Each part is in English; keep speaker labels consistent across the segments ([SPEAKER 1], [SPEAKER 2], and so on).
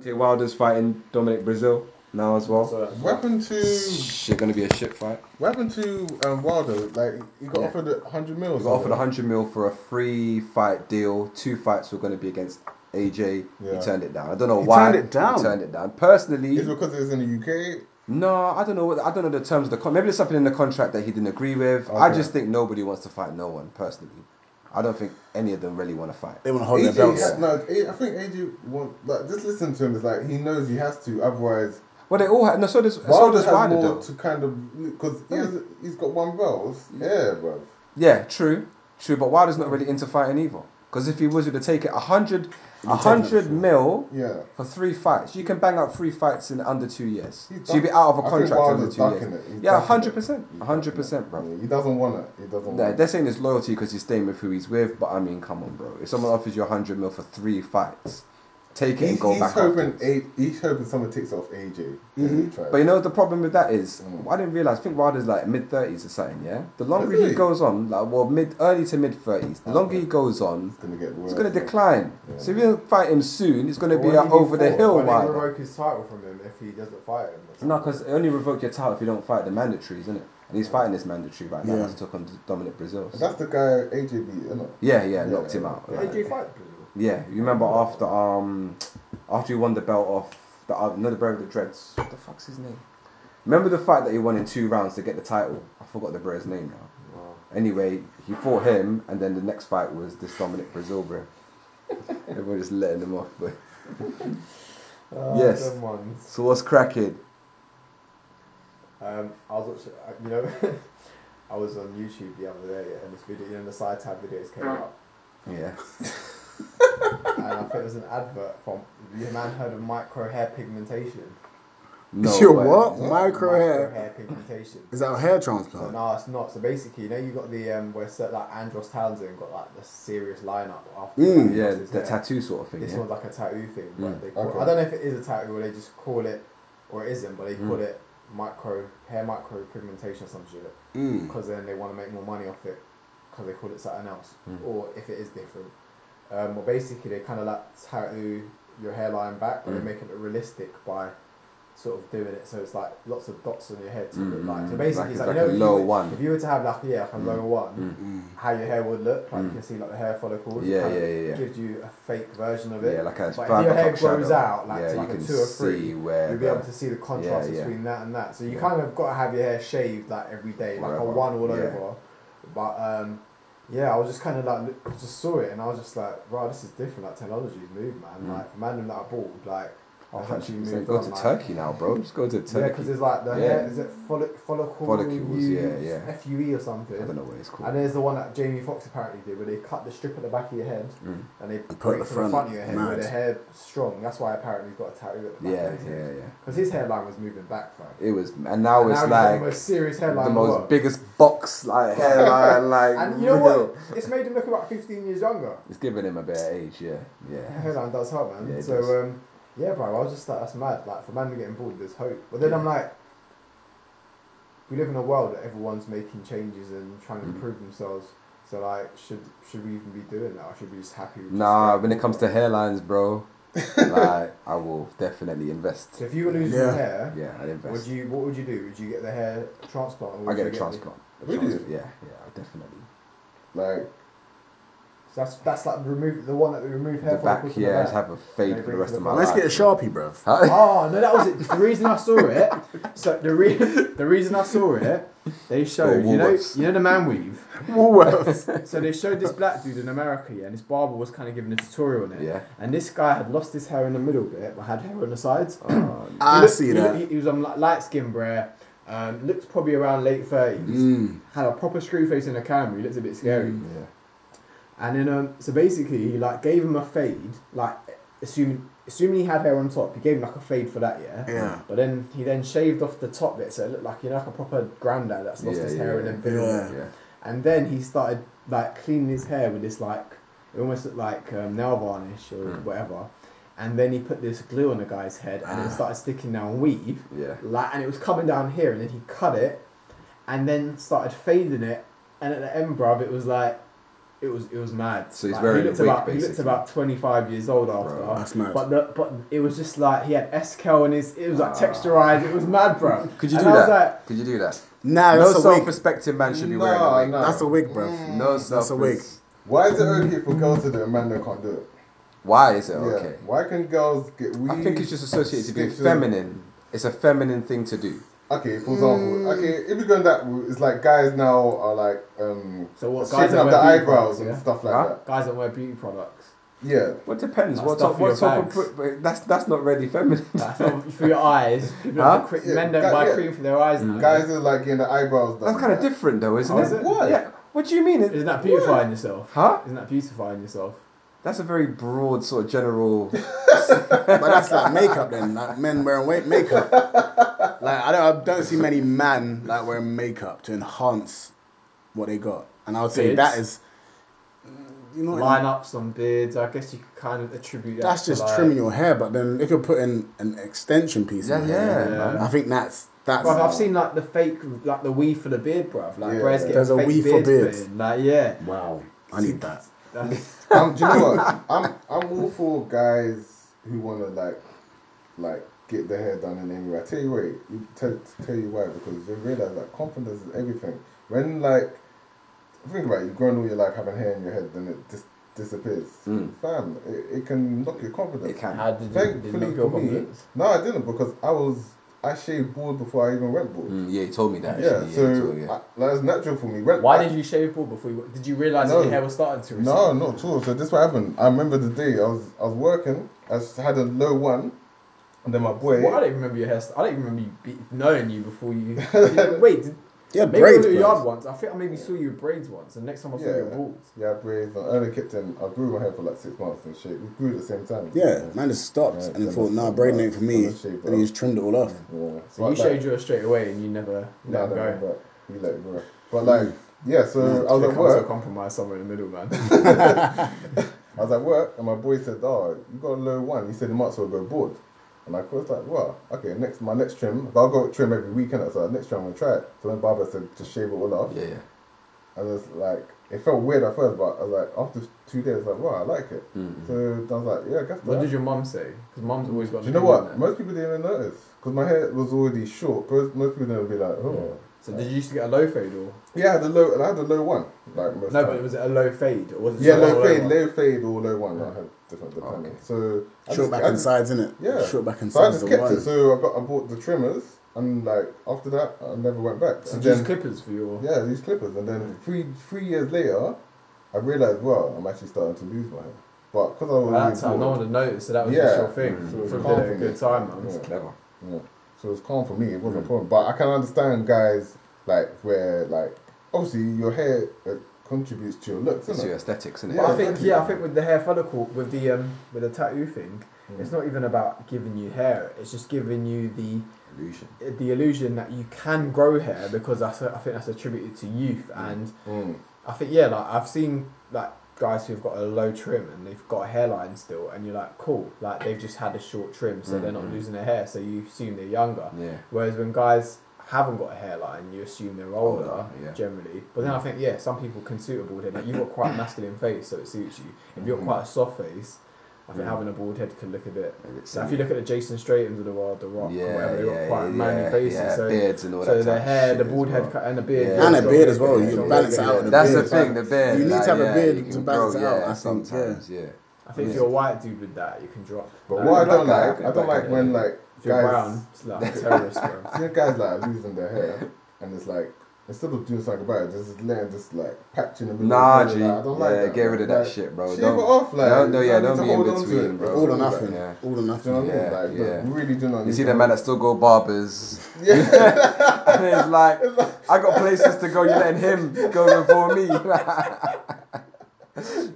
[SPEAKER 1] Deontay Wilder's fighting Dominic Brazil now as well.
[SPEAKER 2] So,
[SPEAKER 3] What happened to
[SPEAKER 1] Shit, gonna be a shit fight.
[SPEAKER 3] what happened to um, Wilder? Like he got
[SPEAKER 1] Yeah.
[SPEAKER 3] offered a hundred mil. or
[SPEAKER 1] We got offered
[SPEAKER 3] something.
[SPEAKER 1] 100 mil for a three fight deal. Two fights were going to be against AJ.
[SPEAKER 3] Yeah.
[SPEAKER 1] He turned it down. I don't know
[SPEAKER 4] He
[SPEAKER 1] why.
[SPEAKER 4] turned it down?
[SPEAKER 1] He turned it down. Personally,
[SPEAKER 3] Is it because it was in the UK?
[SPEAKER 1] no, I don't know. What, I don't know the terms of the con- maybe there's something in the contract that he didn't agree with. I
[SPEAKER 3] Okay.
[SPEAKER 1] just think nobody wants to fight no one personally. I don't think any of them really want to fight.
[SPEAKER 4] They want to hold their
[SPEAKER 3] AJ
[SPEAKER 4] belts.
[SPEAKER 3] had- no, A- I think AJ want like just listen to him. It's like he knows he has to, otherwise
[SPEAKER 1] Well, they all had. No, so does so
[SPEAKER 3] Wilder
[SPEAKER 1] does Hmm.
[SPEAKER 3] has
[SPEAKER 1] Wilder
[SPEAKER 3] more
[SPEAKER 1] though.
[SPEAKER 3] to kind of because he has, he's got one belt. Yeah, bro.
[SPEAKER 1] Yeah, true, true. But Wilder's not really into fighting either. Because if he was, he'd have taken 100, 100 mil
[SPEAKER 3] Yeah.
[SPEAKER 1] for three fights. You can bang out three fights in under two years.
[SPEAKER 3] He's
[SPEAKER 1] So you'd be out of a
[SPEAKER 3] I think
[SPEAKER 1] contract in under
[SPEAKER 3] Wilder's
[SPEAKER 1] two
[SPEAKER 3] ducking
[SPEAKER 1] years.
[SPEAKER 3] it. He's
[SPEAKER 1] Yeah,
[SPEAKER 3] ducking
[SPEAKER 1] hundred
[SPEAKER 3] it.
[SPEAKER 1] percent, hundred percent, bro.
[SPEAKER 3] Yeah, he doesn't want it. He doesn't.
[SPEAKER 1] Nah,
[SPEAKER 3] want
[SPEAKER 1] they're saying it's loyalty because he's staying with who he's with. But I mean, come on, bro. If someone offers you hundred mil for three fights, take it
[SPEAKER 3] it.
[SPEAKER 1] and
[SPEAKER 3] He's,
[SPEAKER 1] go
[SPEAKER 3] he's
[SPEAKER 1] back.
[SPEAKER 3] hoping
[SPEAKER 1] afterwards.
[SPEAKER 3] a, he's hoping someone takes off AJ. mm
[SPEAKER 1] But you know what the problem with that is,
[SPEAKER 3] Mm.
[SPEAKER 1] I didn't realize. I think Wilder's like mid thirties or something. Yeah, the longer
[SPEAKER 3] Really?
[SPEAKER 1] he goes on, like well, mid early to mid thirties, the longer
[SPEAKER 3] Okay.
[SPEAKER 1] he goes on,
[SPEAKER 3] it's gonna get worse.
[SPEAKER 1] It's going to decline. So if you don't fight him soon, it's going to
[SPEAKER 2] when
[SPEAKER 1] be
[SPEAKER 2] did
[SPEAKER 1] a
[SPEAKER 2] he
[SPEAKER 1] over the
[SPEAKER 2] fight?
[SPEAKER 1] hill
[SPEAKER 2] When they
[SPEAKER 1] Wilder.
[SPEAKER 2] revoke his title from him if he doesn't fight him. or
[SPEAKER 1] No,
[SPEAKER 2] something.
[SPEAKER 1] because they only revoke your title if you don't fight the mandatories, isn't it? And he's fighting this mandatory right now.
[SPEAKER 4] Yeah.
[SPEAKER 1] He's took on Dominic Brazil. so-
[SPEAKER 3] That's the guy AJ beat, isn't it?
[SPEAKER 1] Yeah, yeah, knocked him out.
[SPEAKER 2] Did
[SPEAKER 1] like-
[SPEAKER 2] AJ fight Brazil?
[SPEAKER 1] yeah, you remember after um after he won the belt off the uh, another brother with the dreads. What the fuck's his name? Remember the fight that he won in two rounds to get the title? I forgot the brother's name now.
[SPEAKER 2] Wow.
[SPEAKER 3] Uh,
[SPEAKER 1] Anyway, he fought him, and then the next fight was this Dominic Brazil bro. Everyone just letting him off, but.
[SPEAKER 2] Ah,
[SPEAKER 1] Yes.
[SPEAKER 2] them ones.
[SPEAKER 1] So what's cracking?
[SPEAKER 2] Um, I was watching, uh, you know, I was on YouTube the other day and this video, you know, the side tab videos came up
[SPEAKER 1] Yeah.
[SPEAKER 2] and I think it was an advert from the man heard of micro hair pigmentation.
[SPEAKER 1] No
[SPEAKER 4] Your
[SPEAKER 1] way.
[SPEAKER 4] what? Micro
[SPEAKER 2] Micro
[SPEAKER 4] hair.
[SPEAKER 2] hair pigmentation.
[SPEAKER 4] Is that a hair
[SPEAKER 2] So
[SPEAKER 4] transplant?
[SPEAKER 2] no, it's not. So basically, you know, you got the um where set like Andros Townsend got like the serious lineup after.
[SPEAKER 4] Mm.
[SPEAKER 2] like,
[SPEAKER 1] Yeah,
[SPEAKER 2] lost his
[SPEAKER 1] the
[SPEAKER 2] hair.
[SPEAKER 1] tattoo sort of thing.
[SPEAKER 2] This
[SPEAKER 1] Yeah?
[SPEAKER 2] one's like a tattoo thing, but
[SPEAKER 1] Mm.
[SPEAKER 2] they call,
[SPEAKER 3] Okay.
[SPEAKER 2] I don't know if it is a tattoo or they just call it or it isn't, but they
[SPEAKER 1] Mm.
[SPEAKER 2] call it micro hair micro pigmentation or some shit
[SPEAKER 4] Mm.
[SPEAKER 2] because then they want to make more money off it because they call it something else
[SPEAKER 1] Hmm.
[SPEAKER 2] or if it is different. Um, well, basically, they kind of like tattoo your hairline back, but
[SPEAKER 1] Mm.
[SPEAKER 2] they're making it realistic by sort of doing it so it's like lots of dots on your head to look
[SPEAKER 1] Mm,
[SPEAKER 2] like. So
[SPEAKER 1] mm,
[SPEAKER 2] basically,
[SPEAKER 1] like it's
[SPEAKER 2] it's like,
[SPEAKER 1] like a
[SPEAKER 2] you know, if you
[SPEAKER 1] low
[SPEAKER 2] were-
[SPEAKER 1] one. Hmm.
[SPEAKER 2] If you were to have like yeah, like a low one,
[SPEAKER 4] Mm.
[SPEAKER 2] how your hair would look, like you can see like the hair follicles. it
[SPEAKER 1] Yeah,
[SPEAKER 2] kind of
[SPEAKER 1] yeah, yeah, yeah.
[SPEAKER 2] Gives you a fake version of it.
[SPEAKER 1] Yeah, like a
[SPEAKER 2] But if
[SPEAKER 1] five
[SPEAKER 2] your hair
[SPEAKER 1] o'clock
[SPEAKER 2] grows
[SPEAKER 1] shadow.
[SPEAKER 2] out, like,
[SPEAKER 1] yeah,
[SPEAKER 2] to like
[SPEAKER 1] you
[SPEAKER 2] a
[SPEAKER 1] can
[SPEAKER 2] two or three,
[SPEAKER 1] see where
[SPEAKER 2] You'll be able
[SPEAKER 1] the-
[SPEAKER 2] to see the contrast
[SPEAKER 1] yeah.
[SPEAKER 2] between that and that. So you
[SPEAKER 1] Yeah.
[SPEAKER 2] kind of got to have your hair shaved like every day, like
[SPEAKER 1] Whatever.
[SPEAKER 2] a one all
[SPEAKER 1] Yeah.
[SPEAKER 2] over. But um, yeah, I was just kind of like look- just saw it and I was just like, wow, this is different. Like technology's moved, man.
[SPEAKER 1] Mm.
[SPEAKER 2] Like man them that are bald, like I've actually
[SPEAKER 1] So
[SPEAKER 2] moved
[SPEAKER 1] go
[SPEAKER 2] on.
[SPEAKER 1] to
[SPEAKER 2] like,
[SPEAKER 1] Turkey now, bro. Just go to
[SPEAKER 2] Yeah,
[SPEAKER 1] Turkey.
[SPEAKER 2] because it's like the
[SPEAKER 1] Yeah.
[SPEAKER 2] hair is it follic- follicle
[SPEAKER 1] Follicles, yeah, yeah.
[SPEAKER 2] FUE E or something.
[SPEAKER 1] I don't know what it's called.
[SPEAKER 2] And there's the one that Jamie Foxx apparently did, where they cut the strip at the back of your head
[SPEAKER 1] Mm.
[SPEAKER 2] and they
[SPEAKER 4] put
[SPEAKER 2] put
[SPEAKER 4] the
[SPEAKER 2] it to the front
[SPEAKER 4] front.
[SPEAKER 2] of your head, where
[SPEAKER 4] Mad.
[SPEAKER 2] the hair's strong. That's why apparently he's got a tattoo at the back.
[SPEAKER 1] Yeah,
[SPEAKER 2] of his
[SPEAKER 1] yeah, yeah.
[SPEAKER 2] Because his hairline was moving back, man.
[SPEAKER 1] It was, and now
[SPEAKER 2] And
[SPEAKER 1] it's
[SPEAKER 2] now he's got the
[SPEAKER 1] like
[SPEAKER 2] most serious
[SPEAKER 1] the
[SPEAKER 2] hairline
[SPEAKER 1] most
[SPEAKER 2] in the world.
[SPEAKER 1] biggest box like hairline, like
[SPEAKER 2] And you know what?
[SPEAKER 1] real.
[SPEAKER 2] It's made him look about 15 years younger.
[SPEAKER 1] It's giving him a better age, yeah, yeah.
[SPEAKER 2] Hairline does help, man.
[SPEAKER 1] Yeah, it does.
[SPEAKER 2] so, um, yeah, bro, I was just like, that's mad. Like, for man, we're getting bored, there's hope. But then I'm like, we live in a world that everyone's making changes and trying to
[SPEAKER 1] Mhm.
[SPEAKER 2] improve themselves. So, like, should should we even be doing that? Or should we just happy with just
[SPEAKER 1] Nah,
[SPEAKER 2] staying
[SPEAKER 1] when it comes to
[SPEAKER 2] put?
[SPEAKER 1] hairlines, bro, like I will definitely invest.
[SPEAKER 2] So, if you were losing
[SPEAKER 4] Yeah.
[SPEAKER 2] your hair,
[SPEAKER 1] Yeah, I'd invest.
[SPEAKER 2] would you? what would you do? Would you get the hair transplant? Or would
[SPEAKER 1] I get
[SPEAKER 2] you
[SPEAKER 1] a
[SPEAKER 2] the-
[SPEAKER 1] transplant. A
[SPEAKER 3] Would you?
[SPEAKER 1] transplant, Yeah, yeah, definitely.
[SPEAKER 3] Like
[SPEAKER 2] so that's, that's like remove the one that we remove hair
[SPEAKER 1] The back,
[SPEAKER 2] follicles from the
[SPEAKER 1] yeah,
[SPEAKER 2] back.
[SPEAKER 1] just have a
[SPEAKER 2] Maybe
[SPEAKER 1] fade for the rest of my
[SPEAKER 4] Let's
[SPEAKER 1] life.
[SPEAKER 4] get a sharpie, bruv.
[SPEAKER 1] Huh?
[SPEAKER 2] oh no, that was it. The reason I saw it. So the re- the reason I saw it, they showed you know
[SPEAKER 1] Woolworths.
[SPEAKER 2] you know the man weave.
[SPEAKER 4] Woolworths.
[SPEAKER 2] So they showed this black dude in America, yeah, and his barber was kind of giving a tutorial on it.
[SPEAKER 1] Yeah.
[SPEAKER 2] And this guy had lost his hair in the middle bit, but had hair on the sides. He
[SPEAKER 1] Oh,
[SPEAKER 4] Ah, I
[SPEAKER 2] looked-
[SPEAKER 4] see
[SPEAKER 2] he
[SPEAKER 4] that.
[SPEAKER 2] looked- He, he was on like, light skin, bruh. Um, looked probably around late thirties.
[SPEAKER 4] Mm.
[SPEAKER 2] Had a proper screw face in the camera. He looked a bit scary.
[SPEAKER 1] yeah.
[SPEAKER 2] And then um, so basically he like gave him a fade, like assuming assuming he had hair on top, he gave him like a fade for that, yeah.
[SPEAKER 4] Yeah.
[SPEAKER 2] But then he then shaved off the top bit, so it looked like you know like a proper granddad that's lost
[SPEAKER 1] Yeah,
[SPEAKER 2] his hair
[SPEAKER 1] yeah,
[SPEAKER 2] and then
[SPEAKER 4] yeah.
[SPEAKER 1] Yeah.
[SPEAKER 2] And then he started like cleaning his hair with this like it almost looked like um, nail varnish or
[SPEAKER 1] Mm.
[SPEAKER 2] whatever. And then he put this glue on the guy's head and
[SPEAKER 4] Ah.
[SPEAKER 2] it started sticking down weave,
[SPEAKER 1] Yeah.
[SPEAKER 2] like and it was coming down here. And then he cut it, and then started fading it. And at the end, bruv, it was like it was it was mad.
[SPEAKER 1] So he's
[SPEAKER 2] Like,
[SPEAKER 1] wearing
[SPEAKER 2] he looked
[SPEAKER 1] a wig,
[SPEAKER 2] about he looked
[SPEAKER 1] basically.
[SPEAKER 2] about twenty five years old after.
[SPEAKER 1] Bro,
[SPEAKER 4] that's mad.
[SPEAKER 2] But the, but it was just like he had SKL and his it was like texturized. It was mad, bro.
[SPEAKER 1] Ah. Could you
[SPEAKER 2] and
[SPEAKER 1] do
[SPEAKER 2] I
[SPEAKER 1] that?
[SPEAKER 2] Was like,
[SPEAKER 1] Could you do that?
[SPEAKER 4] Nah,
[SPEAKER 1] no
[SPEAKER 4] that's a wig.
[SPEAKER 1] self-respecting man should be wearing a wig.
[SPEAKER 3] No, no.
[SPEAKER 4] That's a wig, bruv.
[SPEAKER 3] Mm.
[SPEAKER 1] No
[SPEAKER 4] That's a wig.
[SPEAKER 1] self-res-
[SPEAKER 3] Why is it okay for girls to do it and men that can't do it?
[SPEAKER 1] Why is it
[SPEAKER 3] Yeah.
[SPEAKER 1] okay?
[SPEAKER 3] Why can girls get? We
[SPEAKER 1] I think it's just associated to being
[SPEAKER 3] skip to-
[SPEAKER 1] feminine. It's a feminine thing to do.
[SPEAKER 3] Okay, for example,
[SPEAKER 1] Mm.
[SPEAKER 3] okay, if you're going that route, it's like guys now are like um
[SPEAKER 2] So what, guys
[SPEAKER 3] shaping
[SPEAKER 2] that
[SPEAKER 3] up
[SPEAKER 2] wear
[SPEAKER 3] the
[SPEAKER 2] beard
[SPEAKER 3] eyebrows
[SPEAKER 2] products,
[SPEAKER 3] and
[SPEAKER 2] yeah?
[SPEAKER 3] stuff like
[SPEAKER 1] Huh?
[SPEAKER 3] that.
[SPEAKER 2] guys that wear beauty products.
[SPEAKER 3] Yeah,
[SPEAKER 1] Well, it depends.
[SPEAKER 2] That's
[SPEAKER 1] what
[SPEAKER 2] stuff
[SPEAKER 1] type,
[SPEAKER 2] for
[SPEAKER 1] what
[SPEAKER 2] your
[SPEAKER 1] type of
[SPEAKER 2] bags.
[SPEAKER 1] pr- but that's that's not really feminine.
[SPEAKER 2] That's not for your eyes. People
[SPEAKER 1] Huh?
[SPEAKER 2] don't cre-
[SPEAKER 3] Yeah,
[SPEAKER 2] men don't
[SPEAKER 3] guy-
[SPEAKER 2] buy
[SPEAKER 3] yeah.
[SPEAKER 2] cream for their eyes now.
[SPEAKER 3] guys are like getting the eyebrows done.
[SPEAKER 1] That's kind of different, though, isn't
[SPEAKER 2] Oh,
[SPEAKER 1] it?
[SPEAKER 2] is it?
[SPEAKER 3] Why?
[SPEAKER 1] Yeah. What do you mean?
[SPEAKER 2] Isn't that beautifying yourself?
[SPEAKER 1] Huh?
[SPEAKER 2] Isn't that beautifying yourself?
[SPEAKER 1] That's a very broad sort of general.
[SPEAKER 4] But that's like makeup then, like men wearing wa- makeup. Like I don't, I don't see many men like wearing makeup to enhance what they got, and I would say that
[SPEAKER 2] Beards.
[SPEAKER 4] is, you know,
[SPEAKER 2] Lineups on beards. I guess you could kind of attribute that.
[SPEAKER 4] that's
[SPEAKER 2] to
[SPEAKER 4] just
[SPEAKER 2] like,
[SPEAKER 4] trimming your hair. But then they could put in an extension piece.
[SPEAKER 1] Yeah,
[SPEAKER 4] in
[SPEAKER 1] yeah,
[SPEAKER 4] there.
[SPEAKER 2] Yeah. man.
[SPEAKER 4] I think that's that's.
[SPEAKER 2] Bruv, I've seen like the fake, like the weave for the beard, bruv. Like,
[SPEAKER 3] Yeah.
[SPEAKER 2] where's getting
[SPEAKER 4] There's a
[SPEAKER 2] fake
[SPEAKER 4] weave for
[SPEAKER 2] beard
[SPEAKER 4] beards.
[SPEAKER 2] put in, Like, yeah.
[SPEAKER 4] wow, I need that.
[SPEAKER 2] That's,
[SPEAKER 3] Um, do you know what? I'm I'm all for guys who want to like like get their hair done and anyway. I tell you why. You tell tell you why because you realize that confidence is everything. When like think about it, you've grown all your life having hair in your head, then it just disappears.
[SPEAKER 1] Mm.
[SPEAKER 3] Fam, it, it can knock your confidence.
[SPEAKER 1] It can.
[SPEAKER 2] how did you, did you
[SPEAKER 3] Thankfully
[SPEAKER 2] knock your
[SPEAKER 3] for me,
[SPEAKER 2] confidence?
[SPEAKER 3] no, I didn't because I was I shaved bald before I even went bald.
[SPEAKER 1] Mm, yeah, you told me that.
[SPEAKER 3] Yeah,
[SPEAKER 1] actually.
[SPEAKER 3] so
[SPEAKER 1] you told me, yeah.
[SPEAKER 3] I, that was natural for me. When
[SPEAKER 2] Why
[SPEAKER 3] I-
[SPEAKER 2] did you shave bald before you? Did you realise
[SPEAKER 3] No.
[SPEAKER 2] that your hair was starting to?
[SPEAKER 3] No, not at all. So this what happened. I remember the day I was I was working. I s- had a low one, and then my boy.
[SPEAKER 2] Well, I don't remember your hair. I don't remember you be, knowing you before you. Yeah, wait, did,
[SPEAKER 4] Yeah,
[SPEAKER 2] maybe
[SPEAKER 4] braids.
[SPEAKER 2] I was at your
[SPEAKER 4] bruv.
[SPEAKER 2] yard once. I think I maybe saw you with braids once, and next time I saw you with
[SPEAKER 3] Yeah.
[SPEAKER 2] balls.
[SPEAKER 3] Yeah, I braised. I only kept in. I grew my hair for like six months and shit. We grew at the same time.
[SPEAKER 4] Yeah, man just stopped
[SPEAKER 3] Yeah,
[SPEAKER 4] and
[SPEAKER 3] then
[SPEAKER 4] thought,
[SPEAKER 3] I-
[SPEAKER 4] nah, braiding ain't for me.
[SPEAKER 3] then I shaved
[SPEAKER 4] And he
[SPEAKER 3] off.
[SPEAKER 4] just trimmed it all off.
[SPEAKER 3] Yeah.
[SPEAKER 2] So you showed yours straight away, and you never
[SPEAKER 3] No,
[SPEAKER 2] let
[SPEAKER 3] I
[SPEAKER 2] them
[SPEAKER 3] don't
[SPEAKER 2] go.
[SPEAKER 3] remember. You let it go. But like, yeah. So I was
[SPEAKER 2] There
[SPEAKER 3] at
[SPEAKER 2] comes a
[SPEAKER 3] work.
[SPEAKER 2] compromise somewhere in the middle, man.
[SPEAKER 3] I was at work, and my boy said, "Oh, you got a low one." He said, "You might as well go bored." And I was like, "Well, okay, next my next trim. I'll go trim every weekend. So next trim, I'm gonna try it." So then Barbara said, "Just shave it all off."
[SPEAKER 1] yeah, yeah.
[SPEAKER 3] I was like, it felt weird at first, but I was like, after two days, I was like, wow, I like it.
[SPEAKER 1] Mm.
[SPEAKER 3] So I was like, yeah, I guess
[SPEAKER 2] what
[SPEAKER 3] that.
[SPEAKER 2] did your mum say? Because mum's always got.
[SPEAKER 3] Do
[SPEAKER 2] an
[SPEAKER 3] you know
[SPEAKER 2] opinion
[SPEAKER 3] what?
[SPEAKER 2] there.
[SPEAKER 3] Most people didn't even notice because my hair was already short. Most, most people didn't be like, oh,
[SPEAKER 2] So did you used to get a low fade or
[SPEAKER 3] yeah, I had a low, I had a low one. Like most
[SPEAKER 2] no?
[SPEAKER 3] time.
[SPEAKER 2] But was it a low fade or was it
[SPEAKER 3] yeah,
[SPEAKER 2] just a
[SPEAKER 3] low fade,
[SPEAKER 2] one?
[SPEAKER 3] low fade, or low one. I had different depending.
[SPEAKER 1] Okay.
[SPEAKER 3] So I
[SPEAKER 4] Short back
[SPEAKER 3] I
[SPEAKER 4] and sides, innit?
[SPEAKER 3] yeah.
[SPEAKER 4] Short back and
[SPEAKER 3] So I
[SPEAKER 4] sides.
[SPEAKER 3] just
[SPEAKER 4] the
[SPEAKER 3] kept
[SPEAKER 4] one.
[SPEAKER 3] it. So I got, I bought the trimmers, and like after that, I never went back.
[SPEAKER 2] So
[SPEAKER 3] And then-
[SPEAKER 2] just clippers for your.
[SPEAKER 3] Yeah, these clippers. And
[SPEAKER 1] Mm.
[SPEAKER 3] then three three years later, I realised, well, I'm actually starting to lose my hair. But because I was
[SPEAKER 2] Well, that
[SPEAKER 3] really
[SPEAKER 2] time, no
[SPEAKER 3] bored,
[SPEAKER 2] one had noticed, so that was
[SPEAKER 3] Yeah.
[SPEAKER 2] just your thing
[SPEAKER 3] So it was
[SPEAKER 2] from
[SPEAKER 3] calm
[SPEAKER 2] the
[SPEAKER 3] for me.
[SPEAKER 2] good time, man.
[SPEAKER 3] Yeah.
[SPEAKER 1] Clever.
[SPEAKER 3] so it was calm for me. It
[SPEAKER 1] Mm.
[SPEAKER 3] wasn't a problem. But I can understand guys like where like obviously your hair uh, contributes to your looks,
[SPEAKER 1] It's
[SPEAKER 3] isn't
[SPEAKER 1] your
[SPEAKER 3] it?
[SPEAKER 1] aesthetics, isn't it?
[SPEAKER 2] But
[SPEAKER 3] Yeah,
[SPEAKER 2] I think
[SPEAKER 3] exactly.
[SPEAKER 2] yeah, I think with the hair follicle, with the um, with the tattoo thing,
[SPEAKER 3] Mm.
[SPEAKER 2] it's not even about giving you hair. It's just giving you the
[SPEAKER 1] Illusion.
[SPEAKER 2] the illusion that you can grow hair because that's a, I think that's attributed to youth and
[SPEAKER 3] Mm.
[SPEAKER 2] I think yeah, like I've seen like guys who've got a low trim and they've got a hairline still, and you're like cool, like they've just had a short trim, so they're not losing their hair, so you assume they're younger.
[SPEAKER 1] Mm-hmm. Yeah.
[SPEAKER 2] Whereas when guys haven't got a hairline, you assume they're older,
[SPEAKER 1] Older, yeah. Mm.
[SPEAKER 2] generally. But then I think, yeah, some people can suit a bald head. Like you've got quite a masculine face, so it suits you. If you've got
[SPEAKER 1] Mm-hmm.
[SPEAKER 2] quite a soft face, I
[SPEAKER 1] Mm.
[SPEAKER 2] think having a bald head can look a bit.
[SPEAKER 1] A bit
[SPEAKER 2] So if you look at the Jason Straightums of the world, the Rock, or whatever, they've got quite manly
[SPEAKER 1] yeah,
[SPEAKER 2] faces.
[SPEAKER 1] yeah,
[SPEAKER 2] So,
[SPEAKER 1] beards and all
[SPEAKER 2] so
[SPEAKER 1] that.
[SPEAKER 2] the
[SPEAKER 1] type of
[SPEAKER 2] hair,
[SPEAKER 1] shit
[SPEAKER 2] the
[SPEAKER 1] as
[SPEAKER 2] bald head
[SPEAKER 1] well.
[SPEAKER 2] cut, and the beard.
[SPEAKER 1] Yeah.
[SPEAKER 4] And
[SPEAKER 2] yeah,
[SPEAKER 4] a beard as
[SPEAKER 2] yeah,
[SPEAKER 4] well.
[SPEAKER 2] yeah,
[SPEAKER 4] You
[SPEAKER 2] yeah,
[SPEAKER 4] balance it
[SPEAKER 2] yeah,
[SPEAKER 4] out
[SPEAKER 2] yeah.
[SPEAKER 4] with a
[SPEAKER 1] That's
[SPEAKER 4] beard.
[SPEAKER 1] the thing, the beard.
[SPEAKER 4] You need
[SPEAKER 1] like,
[SPEAKER 4] to have a
[SPEAKER 1] yeah,
[SPEAKER 4] beard
[SPEAKER 1] you can
[SPEAKER 4] to balance
[SPEAKER 1] grow,
[SPEAKER 4] it out,
[SPEAKER 1] Yeah,
[SPEAKER 4] I think, yeah.
[SPEAKER 1] sometimes, yeah.
[SPEAKER 2] I think if
[SPEAKER 1] Yeah.
[SPEAKER 2] you're a white dude with that, you can drop.
[SPEAKER 3] But
[SPEAKER 2] Like,
[SPEAKER 3] what I
[SPEAKER 1] black
[SPEAKER 3] don't
[SPEAKER 1] guy,
[SPEAKER 3] like, I
[SPEAKER 1] black
[SPEAKER 3] don't like
[SPEAKER 1] guy,
[SPEAKER 3] when
[SPEAKER 1] yeah.
[SPEAKER 3] like
[SPEAKER 2] If you're
[SPEAKER 3] guys,
[SPEAKER 2] brown, it's like a terrorist, bro.
[SPEAKER 3] you know, guys like are losing their hair, and it's like. Instead of doing something about it, just letting just like patch in the middle.
[SPEAKER 1] Nah,
[SPEAKER 3] of the
[SPEAKER 1] G.
[SPEAKER 3] hair, like, I don't like
[SPEAKER 1] yeah,
[SPEAKER 3] that.
[SPEAKER 1] get rid of that
[SPEAKER 3] Like,
[SPEAKER 1] shit, bro.
[SPEAKER 3] Shave
[SPEAKER 1] don't,
[SPEAKER 3] it off, like.
[SPEAKER 1] don't, no,
[SPEAKER 3] you
[SPEAKER 1] yeah,
[SPEAKER 3] need
[SPEAKER 1] don't
[SPEAKER 3] to
[SPEAKER 1] be in
[SPEAKER 3] hold on to
[SPEAKER 1] between,
[SPEAKER 3] it,
[SPEAKER 1] bro.
[SPEAKER 4] All or
[SPEAKER 3] Like,
[SPEAKER 4] nothing.
[SPEAKER 1] Yeah.
[SPEAKER 4] All or
[SPEAKER 3] Do you know
[SPEAKER 4] nothing.
[SPEAKER 3] what I mean?
[SPEAKER 1] Yeah,
[SPEAKER 3] Like,
[SPEAKER 1] yeah.
[SPEAKER 3] you really do not.
[SPEAKER 1] You
[SPEAKER 3] need
[SPEAKER 1] see
[SPEAKER 3] to
[SPEAKER 1] the
[SPEAKER 3] hold
[SPEAKER 1] man that still go barbers,
[SPEAKER 3] Yeah.
[SPEAKER 1] and it's like, I got places to go. You're letting him go before me.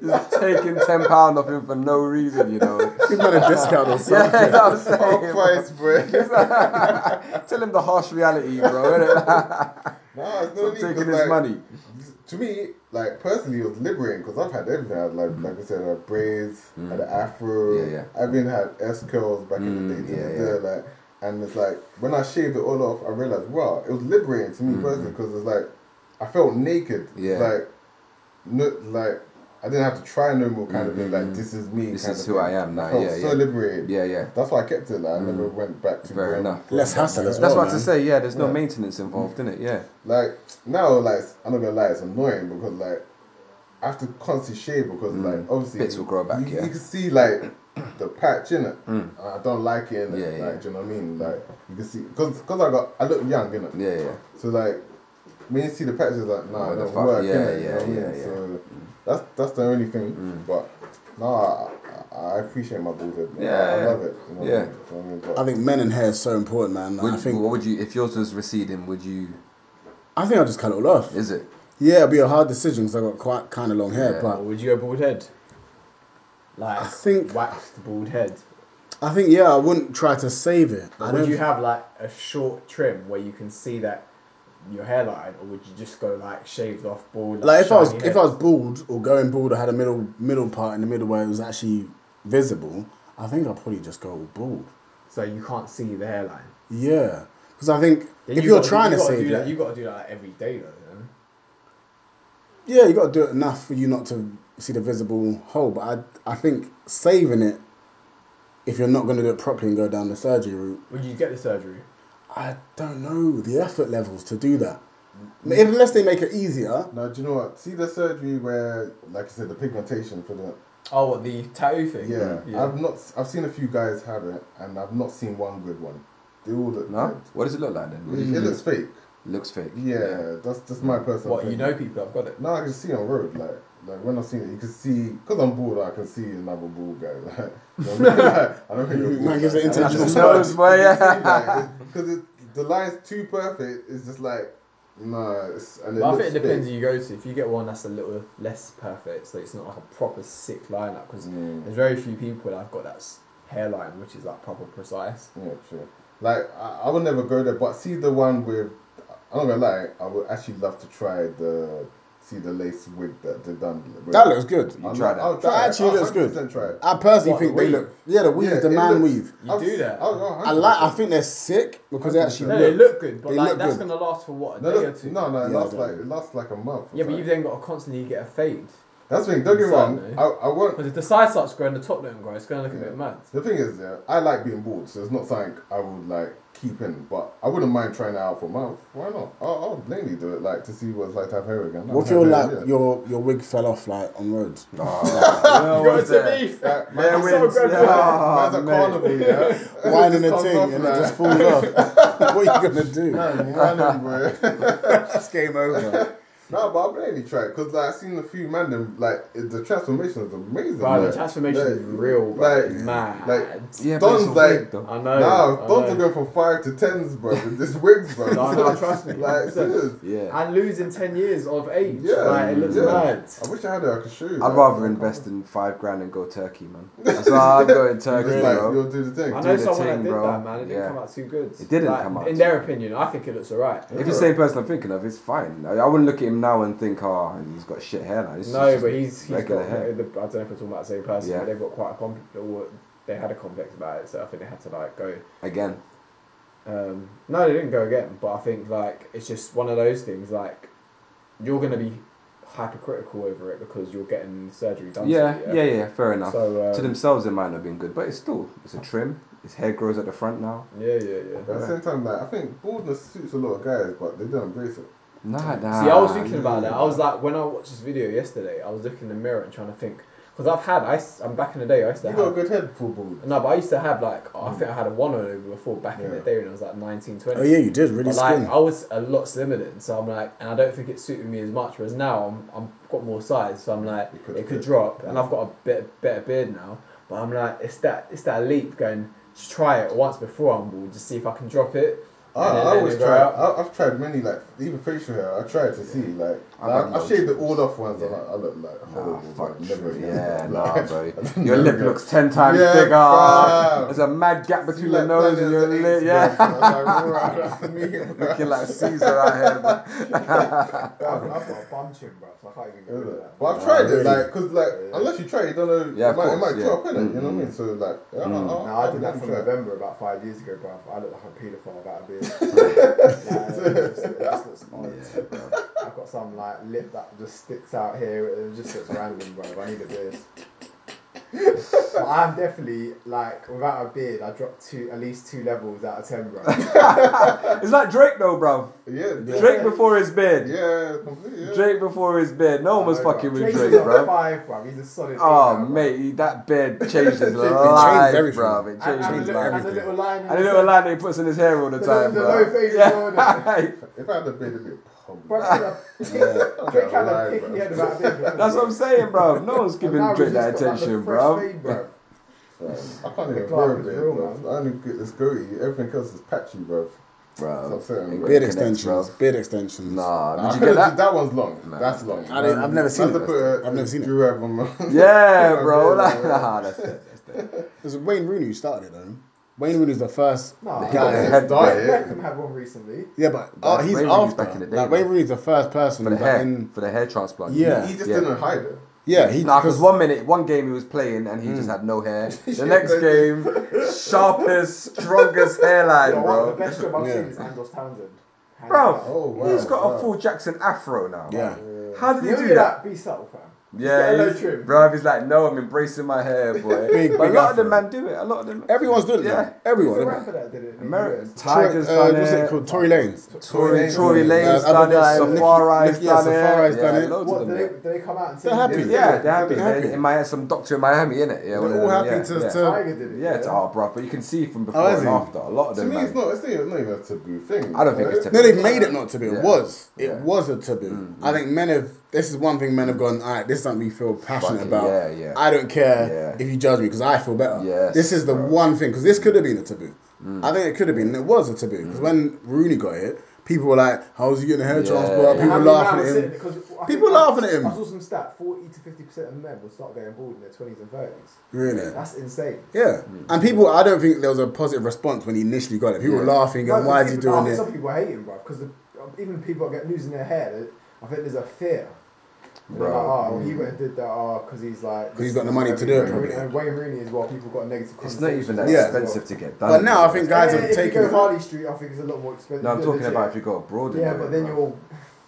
[SPEAKER 1] Just taking ten pound off him for no reason, you know.
[SPEAKER 4] Give man a discount or
[SPEAKER 1] Yeah,
[SPEAKER 4] something.
[SPEAKER 1] that's what I'm
[SPEAKER 3] Full
[SPEAKER 1] saying. bro.
[SPEAKER 3] price, bro.
[SPEAKER 1] Tell him the harsh reality, bro. innit?
[SPEAKER 3] Nah, it's
[SPEAKER 1] Stop
[SPEAKER 3] no need.
[SPEAKER 1] taking
[SPEAKER 3] 'cause,
[SPEAKER 1] his
[SPEAKER 3] like,
[SPEAKER 1] money.
[SPEAKER 3] To me, like personally, it was liberating because I've had everything. I had, like, like I said, I had braids, I had an afro.
[SPEAKER 1] Mm. Yeah, yeah.
[SPEAKER 3] I even had S curls back in the
[SPEAKER 1] Mm,
[SPEAKER 3] day.
[SPEAKER 1] yeah,
[SPEAKER 3] Yeah, Like, and it's like when I shaved it all off, I realized wow, it was
[SPEAKER 1] Mm,
[SPEAKER 3] liberating to me personally because it's like I felt naked. It's
[SPEAKER 1] Yeah.
[SPEAKER 3] Like, no, like I didn't have to try no more kind of thing. Like this is me.
[SPEAKER 1] Mm, This
[SPEAKER 3] kind
[SPEAKER 1] is
[SPEAKER 3] of
[SPEAKER 1] who
[SPEAKER 3] thing.
[SPEAKER 1] I am now,
[SPEAKER 3] I felt
[SPEAKER 1] yeah,
[SPEAKER 3] so
[SPEAKER 1] yeah.
[SPEAKER 3] liberated.
[SPEAKER 1] Yeah, yeah.
[SPEAKER 3] That's why I kept it. Like I never went back to
[SPEAKER 1] Fair
[SPEAKER 3] going-
[SPEAKER 1] enough.
[SPEAKER 3] going
[SPEAKER 4] Less
[SPEAKER 3] back
[SPEAKER 4] hassle
[SPEAKER 3] there.
[SPEAKER 4] as
[SPEAKER 1] That's
[SPEAKER 4] well,
[SPEAKER 1] what I
[SPEAKER 4] man.
[SPEAKER 1] was to say. Yeah, there's no
[SPEAKER 3] Yeah.
[SPEAKER 1] maintenance involved in it. Yeah.
[SPEAKER 3] Like now, like I'm not gonna lie, it's annoying because like I have to constantly shave because like obviously
[SPEAKER 1] Mm. Bits will grow back,
[SPEAKER 3] You,
[SPEAKER 1] yeah. Mm.
[SPEAKER 3] you can see like the patch in it. I don't like it. Innit?
[SPEAKER 1] Yeah, yeah.
[SPEAKER 3] like, Do you know what I mean? Like you can see because because I got I look young in it.
[SPEAKER 1] Yeah, yeah.
[SPEAKER 3] So like when you see the patches, like nah,
[SPEAKER 1] What
[SPEAKER 3] it
[SPEAKER 1] the
[SPEAKER 3] don't
[SPEAKER 1] fuck?
[SPEAKER 3] work.
[SPEAKER 1] Yeah,
[SPEAKER 3] innit?
[SPEAKER 1] yeah,
[SPEAKER 3] you know what I mean?
[SPEAKER 1] yeah, Mm. yeah.
[SPEAKER 3] So that's that's the only thing. But nah, I, I appreciate my bald head. man.
[SPEAKER 1] Yeah,
[SPEAKER 3] I, I
[SPEAKER 1] yeah.
[SPEAKER 3] love it. You know
[SPEAKER 1] Yeah.
[SPEAKER 3] What I mean? Do you know what I mean? But-
[SPEAKER 4] I think men and hair is so important, man. Like,
[SPEAKER 1] Would,
[SPEAKER 4] I think
[SPEAKER 1] what would you if yours was receding? Would you?
[SPEAKER 4] I think I'll just cut it all off.
[SPEAKER 1] Is it?
[SPEAKER 4] Yeah, it'll be a hard decision because I got quite kind of long hair,
[SPEAKER 1] Yeah.
[SPEAKER 2] Or
[SPEAKER 4] but
[SPEAKER 2] would you go bald head? Like
[SPEAKER 4] I think-
[SPEAKER 2] wax the bald head.
[SPEAKER 4] I think yeah, I wouldn't try to save it. I
[SPEAKER 2] Or
[SPEAKER 4] don't
[SPEAKER 2] would you have like a short trim where you can see that your hairline, or would you just go like shaved off bald?
[SPEAKER 4] like if I was
[SPEAKER 2] shiny
[SPEAKER 4] if
[SPEAKER 2] head?
[SPEAKER 4] I was bald or going bald, I had a middle middle part in the middle where it was actually visible. I think I'd probably just go bald.
[SPEAKER 2] so you can't see the hairline.
[SPEAKER 4] Yeah, because I think
[SPEAKER 2] Then
[SPEAKER 4] if
[SPEAKER 2] you
[SPEAKER 4] you're
[SPEAKER 2] gotta do-
[SPEAKER 4] trying
[SPEAKER 2] you
[SPEAKER 4] to
[SPEAKER 2] gotta
[SPEAKER 4] save
[SPEAKER 2] do that,
[SPEAKER 4] it,
[SPEAKER 2] you got to do that every day though. Then.
[SPEAKER 4] yeah, you got to do it enough for you not to see the visible hole. But I I think saving it, if you're not going to do it properly and go down the surgery route,
[SPEAKER 2] Would you get the surgery?
[SPEAKER 4] I don't know the effort levels to do that. If,
[SPEAKER 2] Mm.
[SPEAKER 4] unless they make it easier,
[SPEAKER 3] Now, do you know what? See the surgery where, like I said, the pigmentation for the
[SPEAKER 2] Oh, what the tattoo thing?
[SPEAKER 3] yeah.
[SPEAKER 2] yeah.
[SPEAKER 3] I've not. I've seen a few guys have it, and I've not seen one good one. They all look.
[SPEAKER 1] No. What does it look like then? What
[SPEAKER 3] It,
[SPEAKER 1] do you
[SPEAKER 3] it
[SPEAKER 1] think?
[SPEAKER 3] looks fake.
[SPEAKER 1] looks fake.
[SPEAKER 3] Yeah, that's that's my personal.
[SPEAKER 2] Mm. What you know, people have got it.
[SPEAKER 3] Now I can see on road like. Like when I've seen it, you can see because I'm bald. I can see another bald guy. Like, you know what I, mean? Like, I don't think you're bald,
[SPEAKER 4] Man gives it
[SPEAKER 3] like, I
[SPEAKER 4] international
[SPEAKER 3] just-
[SPEAKER 4] spread.
[SPEAKER 1] Nose, boy, yeah.
[SPEAKER 3] Because the line's too perfect. It's just like, nah. It's, and it
[SPEAKER 2] Well, I
[SPEAKER 3] looks
[SPEAKER 2] think it depends
[SPEAKER 3] fake.
[SPEAKER 2] who you go to. If you get one that's a little less perfect, so it's not like a proper sick lineup, because
[SPEAKER 3] Mm.
[SPEAKER 2] there's very few people that have got that s- hairline which is like proper precise.
[SPEAKER 3] Yeah, true. Like I, I would never go there, but see the one with. I'm not gonna lie, I would actually love to try the see the lace wig that they done. with-
[SPEAKER 4] that looks good.
[SPEAKER 1] You
[SPEAKER 3] I'll-
[SPEAKER 1] try that.
[SPEAKER 3] I'll
[SPEAKER 4] That
[SPEAKER 3] it.
[SPEAKER 4] actually
[SPEAKER 3] I'll
[SPEAKER 4] looks good.
[SPEAKER 3] 100% Try it.
[SPEAKER 4] I personally
[SPEAKER 2] What,
[SPEAKER 4] think
[SPEAKER 2] the
[SPEAKER 4] they
[SPEAKER 2] weave?
[SPEAKER 4] look yeah the weave,
[SPEAKER 3] Yeah,
[SPEAKER 4] the
[SPEAKER 3] it
[SPEAKER 4] man
[SPEAKER 3] looks-
[SPEAKER 4] weave.
[SPEAKER 2] You do that?
[SPEAKER 3] I'll- I'll
[SPEAKER 4] I like. I
[SPEAKER 3] 100%.
[SPEAKER 4] think they're sick because they actually
[SPEAKER 2] No,
[SPEAKER 4] look.
[SPEAKER 2] they look good, but
[SPEAKER 4] they
[SPEAKER 2] like
[SPEAKER 4] look
[SPEAKER 2] that's
[SPEAKER 4] good.
[SPEAKER 2] gonna last for what a
[SPEAKER 3] No,
[SPEAKER 2] day or
[SPEAKER 3] no,
[SPEAKER 2] two.
[SPEAKER 3] no, no, it
[SPEAKER 4] Yeah,
[SPEAKER 3] lasts
[SPEAKER 4] I
[SPEAKER 3] like
[SPEAKER 4] don't-
[SPEAKER 3] it lasts like a month. or
[SPEAKER 2] Yeah, but
[SPEAKER 3] something.
[SPEAKER 2] you've then got to constantly get a fade
[SPEAKER 3] that's the thing. Don't get me
[SPEAKER 2] Concern,
[SPEAKER 3] wrong.
[SPEAKER 2] eh?
[SPEAKER 3] I, I
[SPEAKER 2] because
[SPEAKER 3] want.
[SPEAKER 2] if the side starts growing, the top doesn't grow. It's gonna look a
[SPEAKER 3] Yeah.
[SPEAKER 2] bit mad.
[SPEAKER 3] The thing is, yeah, I like being bored, so it's not something I would like keep in. But I wouldn't mind trying it out for a month. Why not? I'll, I'll mainly do it like to see what it's like to have hair again.
[SPEAKER 4] What if
[SPEAKER 3] I've had
[SPEAKER 4] your
[SPEAKER 3] hair,
[SPEAKER 4] like
[SPEAKER 3] yeah.
[SPEAKER 4] your your wig fell off like on roads?
[SPEAKER 1] Oh,
[SPEAKER 2] Grow
[SPEAKER 1] what's
[SPEAKER 2] to
[SPEAKER 1] that?
[SPEAKER 2] beef.
[SPEAKER 3] Like,
[SPEAKER 1] Bare
[SPEAKER 3] man's-
[SPEAKER 1] wings.
[SPEAKER 2] so good.
[SPEAKER 1] Ah,
[SPEAKER 4] Oh,
[SPEAKER 3] man's at
[SPEAKER 1] mate.
[SPEAKER 3] carnival, yeah.
[SPEAKER 4] Wine in
[SPEAKER 3] Just
[SPEAKER 4] a
[SPEAKER 3] comes
[SPEAKER 4] thing
[SPEAKER 3] off,
[SPEAKER 4] and it
[SPEAKER 3] like-
[SPEAKER 4] just falls off. what are you gonna do?
[SPEAKER 3] Man, man, bro.
[SPEAKER 4] That's game over.
[SPEAKER 3] No, but I'm really try because like I've seen a few man them like it- the transformation is amazing.
[SPEAKER 2] Bro,
[SPEAKER 3] like,
[SPEAKER 2] the transformation
[SPEAKER 3] like,
[SPEAKER 2] is real, bro.
[SPEAKER 3] Like,
[SPEAKER 2] mad.
[SPEAKER 3] like,
[SPEAKER 1] Yeah, but
[SPEAKER 3] Don's
[SPEAKER 1] it's a
[SPEAKER 3] like-
[SPEAKER 1] wig, though.
[SPEAKER 2] I know.
[SPEAKER 3] nah, Don's
[SPEAKER 2] I know.
[SPEAKER 3] are going from five to tens, bro. With this wigs, bro.
[SPEAKER 2] No, no, trust me.
[SPEAKER 3] Like, serious.
[SPEAKER 1] Yeah.
[SPEAKER 2] and losing 10 years of age.
[SPEAKER 3] Yeah,
[SPEAKER 2] like, it looks
[SPEAKER 3] yeah.
[SPEAKER 2] mad.
[SPEAKER 3] I wish I had it. I could show you.
[SPEAKER 1] I'd
[SPEAKER 3] like,
[SPEAKER 1] rather
[SPEAKER 3] I can't-
[SPEAKER 1] invest in five grand and go Turkey, man. That's why I'm going
[SPEAKER 3] Just
[SPEAKER 1] Turkey,
[SPEAKER 3] like
[SPEAKER 1] bro.
[SPEAKER 3] you'll do the thing.
[SPEAKER 2] I
[SPEAKER 1] Do
[SPEAKER 2] know
[SPEAKER 1] the
[SPEAKER 2] someone
[SPEAKER 1] thing,
[SPEAKER 2] that did
[SPEAKER 1] bro.
[SPEAKER 2] that, man. It didn't
[SPEAKER 1] Yeah.
[SPEAKER 2] come out too good.
[SPEAKER 1] It didn't
[SPEAKER 2] Like,
[SPEAKER 1] come out
[SPEAKER 2] In
[SPEAKER 1] too
[SPEAKER 2] their
[SPEAKER 1] good.
[SPEAKER 2] opinion, I think it looks alright.
[SPEAKER 1] If it's the same person I'm thinking of, it's fine. I, I wouldn't look at him now and think, oh, he's got shit hairline. This is
[SPEAKER 2] No,
[SPEAKER 1] just
[SPEAKER 2] but he's, he's
[SPEAKER 1] regular
[SPEAKER 2] got,
[SPEAKER 1] hair.
[SPEAKER 2] the- I don't know if we're talking about the same person,
[SPEAKER 1] Yeah.
[SPEAKER 2] but they've got quite a complex, or they had a complex about it, so I think they had to, like, go.
[SPEAKER 1] Again,
[SPEAKER 2] Um, no, they didn't go again, but I think, like, it's just one of those things, like, you're going to be hypercritical over it because you're getting surgery done
[SPEAKER 1] yeah,
[SPEAKER 2] to you.
[SPEAKER 1] yeah, yeah, fair enough.
[SPEAKER 2] So, um,
[SPEAKER 1] to themselves, it might not have been good, but it's still it's a trim. His hair grows at the front now.
[SPEAKER 2] Yeah, yeah, yeah.
[SPEAKER 3] But at the same time, like I think baldness suits a lot of guys, but they don't embrace it.
[SPEAKER 1] Nah, nah.
[SPEAKER 2] See, I was thinking about that. I was like, when I watched this video yesterday, I was looking in the mirror and trying to think because I've had I. am back in the day. I used to
[SPEAKER 3] You got a
[SPEAKER 2] have.
[SPEAKER 3] good head for bald.
[SPEAKER 2] No, but I used to have like I think I had a one on over before back in the
[SPEAKER 3] Yeah.
[SPEAKER 2] day when I was like 19, 20.
[SPEAKER 4] Oh yeah, you did really
[SPEAKER 2] But like
[SPEAKER 4] skin.
[SPEAKER 2] I was a lot slimmer then, so I'm like, and I don't think it suited me as much. Whereas now I'm I'm got more size, so I'm like,
[SPEAKER 3] It
[SPEAKER 2] it
[SPEAKER 3] could
[SPEAKER 2] could,
[SPEAKER 3] fit.
[SPEAKER 2] drop, and I've got a bit better beard now. But I'm like, it's that it's that leap going. Just try it once before I'm bald, just see if I can drop it.
[SPEAKER 3] I,
[SPEAKER 2] and then
[SPEAKER 3] Ah, I
[SPEAKER 2] let
[SPEAKER 3] always
[SPEAKER 2] it grow
[SPEAKER 3] try.
[SPEAKER 2] out.
[SPEAKER 3] I, I've tried many, like even facial hair. I tried to see, like
[SPEAKER 1] I've
[SPEAKER 3] I,
[SPEAKER 1] had
[SPEAKER 3] I,
[SPEAKER 1] loads
[SPEAKER 3] shaved the
[SPEAKER 1] of
[SPEAKER 3] all off ones. and
[SPEAKER 1] Yeah.
[SPEAKER 3] I, I look like
[SPEAKER 1] Oh,
[SPEAKER 3] horrible.
[SPEAKER 1] fuck
[SPEAKER 3] like,
[SPEAKER 1] true.
[SPEAKER 3] never again.
[SPEAKER 1] Yeah,
[SPEAKER 3] Like,
[SPEAKER 1] nah, bro.
[SPEAKER 3] never
[SPEAKER 1] Your lip
[SPEAKER 3] again.
[SPEAKER 1] looks ten times
[SPEAKER 3] Yeah,
[SPEAKER 1] bigger.
[SPEAKER 3] fam.
[SPEAKER 1] There's a mad gap
[SPEAKER 3] See,
[SPEAKER 1] between
[SPEAKER 3] like,
[SPEAKER 1] your nose
[SPEAKER 3] that
[SPEAKER 1] and your
[SPEAKER 3] little eight,
[SPEAKER 1] lip.
[SPEAKER 3] bro.
[SPEAKER 1] Yeah,
[SPEAKER 3] I was like, alright, that's me, bro.
[SPEAKER 1] looking like Caesar out here. bro.
[SPEAKER 2] I've got a bum chin, bro, so I can't even
[SPEAKER 3] Isn't it? But I've tried it, like, cause like, unless you try, it, you don't know.
[SPEAKER 1] Yeah,
[SPEAKER 3] it
[SPEAKER 1] of
[SPEAKER 3] might, it
[SPEAKER 1] course,
[SPEAKER 3] might
[SPEAKER 1] yeah.
[SPEAKER 3] drop in it. You know what I
[SPEAKER 1] Mm,
[SPEAKER 3] mean? So like, yeah,
[SPEAKER 1] Mm.
[SPEAKER 5] No, I did that
[SPEAKER 3] wouldn't
[SPEAKER 5] from
[SPEAKER 3] try it.
[SPEAKER 5] November about five years ago, bruv. I look like a paedophile without a beard. Like, it just- it just looks odd.
[SPEAKER 1] Yeah, bro.
[SPEAKER 2] I've got some like lip that just sticks out here. It just looks random, bro. I need a beard. But I'm definitely like without a beard, I dropped two at least two levels out of ten, bro.
[SPEAKER 1] It's like Drake though, bro.
[SPEAKER 3] Yeah,
[SPEAKER 1] Drake before his beard.
[SPEAKER 3] Yeah, completely. Yeah.
[SPEAKER 1] Drake before his beard. No one was
[SPEAKER 3] I know,
[SPEAKER 1] fucking
[SPEAKER 3] bro.
[SPEAKER 1] with
[SPEAKER 2] Drake's
[SPEAKER 1] Drake,
[SPEAKER 2] a top
[SPEAKER 1] bro.
[SPEAKER 2] five, bro. He's a solid. eight
[SPEAKER 1] Oh
[SPEAKER 2] now, bro.
[SPEAKER 1] mate, he- that beard changed his life,
[SPEAKER 4] changed everything.
[SPEAKER 1] bro. It changed
[SPEAKER 2] And, and,
[SPEAKER 1] his
[SPEAKER 2] the,
[SPEAKER 1] life.
[SPEAKER 2] and the little line.
[SPEAKER 1] And the little line that he puts in his hair all the
[SPEAKER 2] The-
[SPEAKER 1] time,
[SPEAKER 2] the
[SPEAKER 1] bro.
[SPEAKER 2] low fade as well,
[SPEAKER 3] If I had a beard, it'd be a
[SPEAKER 2] Bro,
[SPEAKER 3] problem.
[SPEAKER 2] that's enough. Drake had
[SPEAKER 3] Lie,
[SPEAKER 2] a picky
[SPEAKER 3] bro.
[SPEAKER 2] head about a beard before.
[SPEAKER 1] That's what I'm saying, bro. No one's
[SPEAKER 2] And
[SPEAKER 1] giving
[SPEAKER 2] now he's
[SPEAKER 1] Drake that
[SPEAKER 2] just got, like, the
[SPEAKER 1] attention,
[SPEAKER 2] fresh
[SPEAKER 1] bro.
[SPEAKER 2] fade, bro.
[SPEAKER 3] Right. I can't
[SPEAKER 2] The
[SPEAKER 3] even
[SPEAKER 2] clout
[SPEAKER 3] grow a
[SPEAKER 2] is
[SPEAKER 3] beard,
[SPEAKER 2] real,
[SPEAKER 3] bro.
[SPEAKER 2] man.
[SPEAKER 3] I only get this goatee. Everything else is patchy, bro.
[SPEAKER 1] Bro,
[SPEAKER 3] That's upsetting,
[SPEAKER 1] ain't
[SPEAKER 3] bro.
[SPEAKER 1] gonna
[SPEAKER 4] Beard
[SPEAKER 3] Beard
[SPEAKER 1] connect, bro.
[SPEAKER 4] extensions. Beard extensions.
[SPEAKER 1] Nah,
[SPEAKER 3] I
[SPEAKER 1] did you
[SPEAKER 3] could've
[SPEAKER 1] get
[SPEAKER 3] did-
[SPEAKER 1] that?
[SPEAKER 3] Uh, That one's long.
[SPEAKER 1] Nah.
[SPEAKER 3] that's long.
[SPEAKER 4] I didn't- I've never seen
[SPEAKER 3] I had
[SPEAKER 4] it.
[SPEAKER 3] to put
[SPEAKER 1] uh,
[SPEAKER 3] a,
[SPEAKER 4] I've never seen it.
[SPEAKER 3] durag on my-
[SPEAKER 1] Yeah,
[SPEAKER 3] my
[SPEAKER 1] bro.
[SPEAKER 3] beard,
[SPEAKER 1] Like,
[SPEAKER 3] bro.
[SPEAKER 1] nah, that's it. That's it.
[SPEAKER 4] It was Wayne Rooney who started it, though. Wayne Rooney's the first
[SPEAKER 2] Nah.
[SPEAKER 4] guy.
[SPEAKER 1] Yeah.
[SPEAKER 3] It's dark, yeah.
[SPEAKER 2] Beckham had one recently.
[SPEAKER 4] Yeah, but
[SPEAKER 1] Nah,
[SPEAKER 4] uh, he's
[SPEAKER 1] Wayne Rooney's
[SPEAKER 4] after.
[SPEAKER 1] back in the day,
[SPEAKER 4] like, Wayne
[SPEAKER 1] though.
[SPEAKER 4] Rooney's the first person.
[SPEAKER 1] For the
[SPEAKER 4] that
[SPEAKER 1] hair,
[SPEAKER 4] in-
[SPEAKER 1] for the hair transplant.
[SPEAKER 4] Yeah.
[SPEAKER 3] He just
[SPEAKER 1] Yeah.
[SPEAKER 3] didn't hide it.
[SPEAKER 4] yeah, he.
[SPEAKER 1] Nah, because one minute, one game he was playing and he just had no hair. The next game, sharpest, strongest hairline,
[SPEAKER 2] You know, one of the
[SPEAKER 1] bro.
[SPEAKER 2] best job I've seen
[SPEAKER 4] Yeah.
[SPEAKER 2] is Andros Townsend. Hands
[SPEAKER 1] Bro,
[SPEAKER 2] down.
[SPEAKER 3] Oh, wow.
[SPEAKER 1] he's got
[SPEAKER 3] wow.
[SPEAKER 1] a full Jackson afro now.
[SPEAKER 4] Yeah.
[SPEAKER 1] How did he
[SPEAKER 2] You
[SPEAKER 1] do
[SPEAKER 2] know
[SPEAKER 1] that?
[SPEAKER 2] Be subtle, fam.
[SPEAKER 1] Yeah,
[SPEAKER 2] Get a low
[SPEAKER 1] he's-
[SPEAKER 2] trim.
[SPEAKER 1] bro. He's like, no, I'm embracing my hair, boy.
[SPEAKER 4] Big,
[SPEAKER 1] but
[SPEAKER 4] big
[SPEAKER 1] a lot of them
[SPEAKER 4] afro.
[SPEAKER 1] man do it. A lot of them.
[SPEAKER 4] Everyone's doing it.
[SPEAKER 1] Yeah.
[SPEAKER 4] Yeah. Everyone.
[SPEAKER 2] The
[SPEAKER 4] isn't
[SPEAKER 2] rapper
[SPEAKER 4] it?
[SPEAKER 2] that did it. in the
[SPEAKER 1] American
[SPEAKER 2] US.
[SPEAKER 1] Tigers
[SPEAKER 4] Troy- uh,
[SPEAKER 1] done
[SPEAKER 4] what's it
[SPEAKER 1] it.
[SPEAKER 4] called? Tory Lanez.
[SPEAKER 1] Tory,
[SPEAKER 3] Tory
[SPEAKER 1] Tory
[SPEAKER 4] Lanez.
[SPEAKER 1] Lane's
[SPEAKER 4] Uh,
[SPEAKER 1] done it.
[SPEAKER 4] Aberdeen,
[SPEAKER 1] Safari's
[SPEAKER 4] Nick- yeah,
[SPEAKER 1] done it.
[SPEAKER 4] Safari's
[SPEAKER 1] Yeah,
[SPEAKER 4] done it.
[SPEAKER 1] loads
[SPEAKER 2] What,
[SPEAKER 1] of
[SPEAKER 2] do
[SPEAKER 1] them.
[SPEAKER 2] they,
[SPEAKER 1] yeah.
[SPEAKER 2] do they come out and say
[SPEAKER 4] They're happy.
[SPEAKER 2] did it?
[SPEAKER 1] Yeah, they're happy.
[SPEAKER 4] They're
[SPEAKER 1] They're
[SPEAKER 4] happy.
[SPEAKER 1] in Miami, some doctor in Miami, innit? Yeah, one of
[SPEAKER 4] They're all
[SPEAKER 1] them,
[SPEAKER 4] happy
[SPEAKER 1] yeah,
[SPEAKER 4] to.
[SPEAKER 1] yeah.
[SPEAKER 4] to
[SPEAKER 2] Tiger did it.
[SPEAKER 1] Yeah, it's hard, bruv, But you can see from before
[SPEAKER 4] Oh, is
[SPEAKER 1] and
[SPEAKER 4] it?
[SPEAKER 1] after. A lot of
[SPEAKER 3] To
[SPEAKER 1] them,
[SPEAKER 3] me, it's
[SPEAKER 1] man.
[SPEAKER 3] not, it's not even, not even a taboo thing.
[SPEAKER 1] I don't think
[SPEAKER 3] You
[SPEAKER 1] it's
[SPEAKER 3] know?
[SPEAKER 4] no,
[SPEAKER 1] taboo.
[SPEAKER 4] they've made it not taboo.
[SPEAKER 1] Yeah.
[SPEAKER 4] It was. It
[SPEAKER 1] Yeah. Mm,
[SPEAKER 4] was a taboo. I think men have. This is one thing men have gone. All right, this is something we feel passionate
[SPEAKER 1] Fucking
[SPEAKER 4] about.
[SPEAKER 1] yeah, yeah.
[SPEAKER 4] I don't care
[SPEAKER 1] Yeah.
[SPEAKER 4] if you judge me because I feel better.
[SPEAKER 1] Yes,
[SPEAKER 4] this is the
[SPEAKER 1] bro. Mm.
[SPEAKER 4] one thing because this could have been a taboo. I think it could have been. and It was a taboo because when Rooney got hit, people were like, "How's he getting a hair
[SPEAKER 1] Yeah,
[SPEAKER 4] transplant?"
[SPEAKER 1] Mm. yeah.
[SPEAKER 2] How
[SPEAKER 4] People
[SPEAKER 2] many
[SPEAKER 4] laughing
[SPEAKER 2] men
[SPEAKER 4] at
[SPEAKER 2] were
[SPEAKER 4] him.
[SPEAKER 2] sitting- 'cause I think
[SPEAKER 4] People
[SPEAKER 2] I-
[SPEAKER 4] laughing at him.
[SPEAKER 2] I saw some stat: forty to fifty percent of men will start getting bald in their twenties and thirties.
[SPEAKER 4] Really?
[SPEAKER 2] That's insane.
[SPEAKER 4] Yeah.
[SPEAKER 1] Mm.
[SPEAKER 4] And people, I don't think there was a positive response when he initially got it. People were laughing, going,
[SPEAKER 2] Bro,
[SPEAKER 4] why is
[SPEAKER 2] people-
[SPEAKER 4] he doing
[SPEAKER 2] I think
[SPEAKER 4] it?
[SPEAKER 2] Some people are hating, bro, because uh, even people that get losing their hair, they- I think there's a fear. They're
[SPEAKER 1] Bro.
[SPEAKER 2] like, oh, he went and did that, oh, because he's like.
[SPEAKER 4] he's got the money to do it, probably.
[SPEAKER 2] And Wayne Rooney as well, people got negative
[SPEAKER 1] It's not even that
[SPEAKER 2] conversations
[SPEAKER 4] Yeah.
[SPEAKER 2] as well.
[SPEAKER 1] expensive to get done.
[SPEAKER 4] But now I think guys
[SPEAKER 2] Yeah,
[SPEAKER 4] have
[SPEAKER 2] if
[SPEAKER 4] taken
[SPEAKER 2] you
[SPEAKER 4] it.
[SPEAKER 2] go Harley Street, I think it's a lot more expensive.
[SPEAKER 1] No, I'm
[SPEAKER 2] than
[SPEAKER 1] talking
[SPEAKER 2] legit.
[SPEAKER 1] about if you go abroad. and
[SPEAKER 2] Yeah,
[SPEAKER 1] do it,
[SPEAKER 2] but then
[SPEAKER 1] bro.
[SPEAKER 2] you're.
[SPEAKER 1] What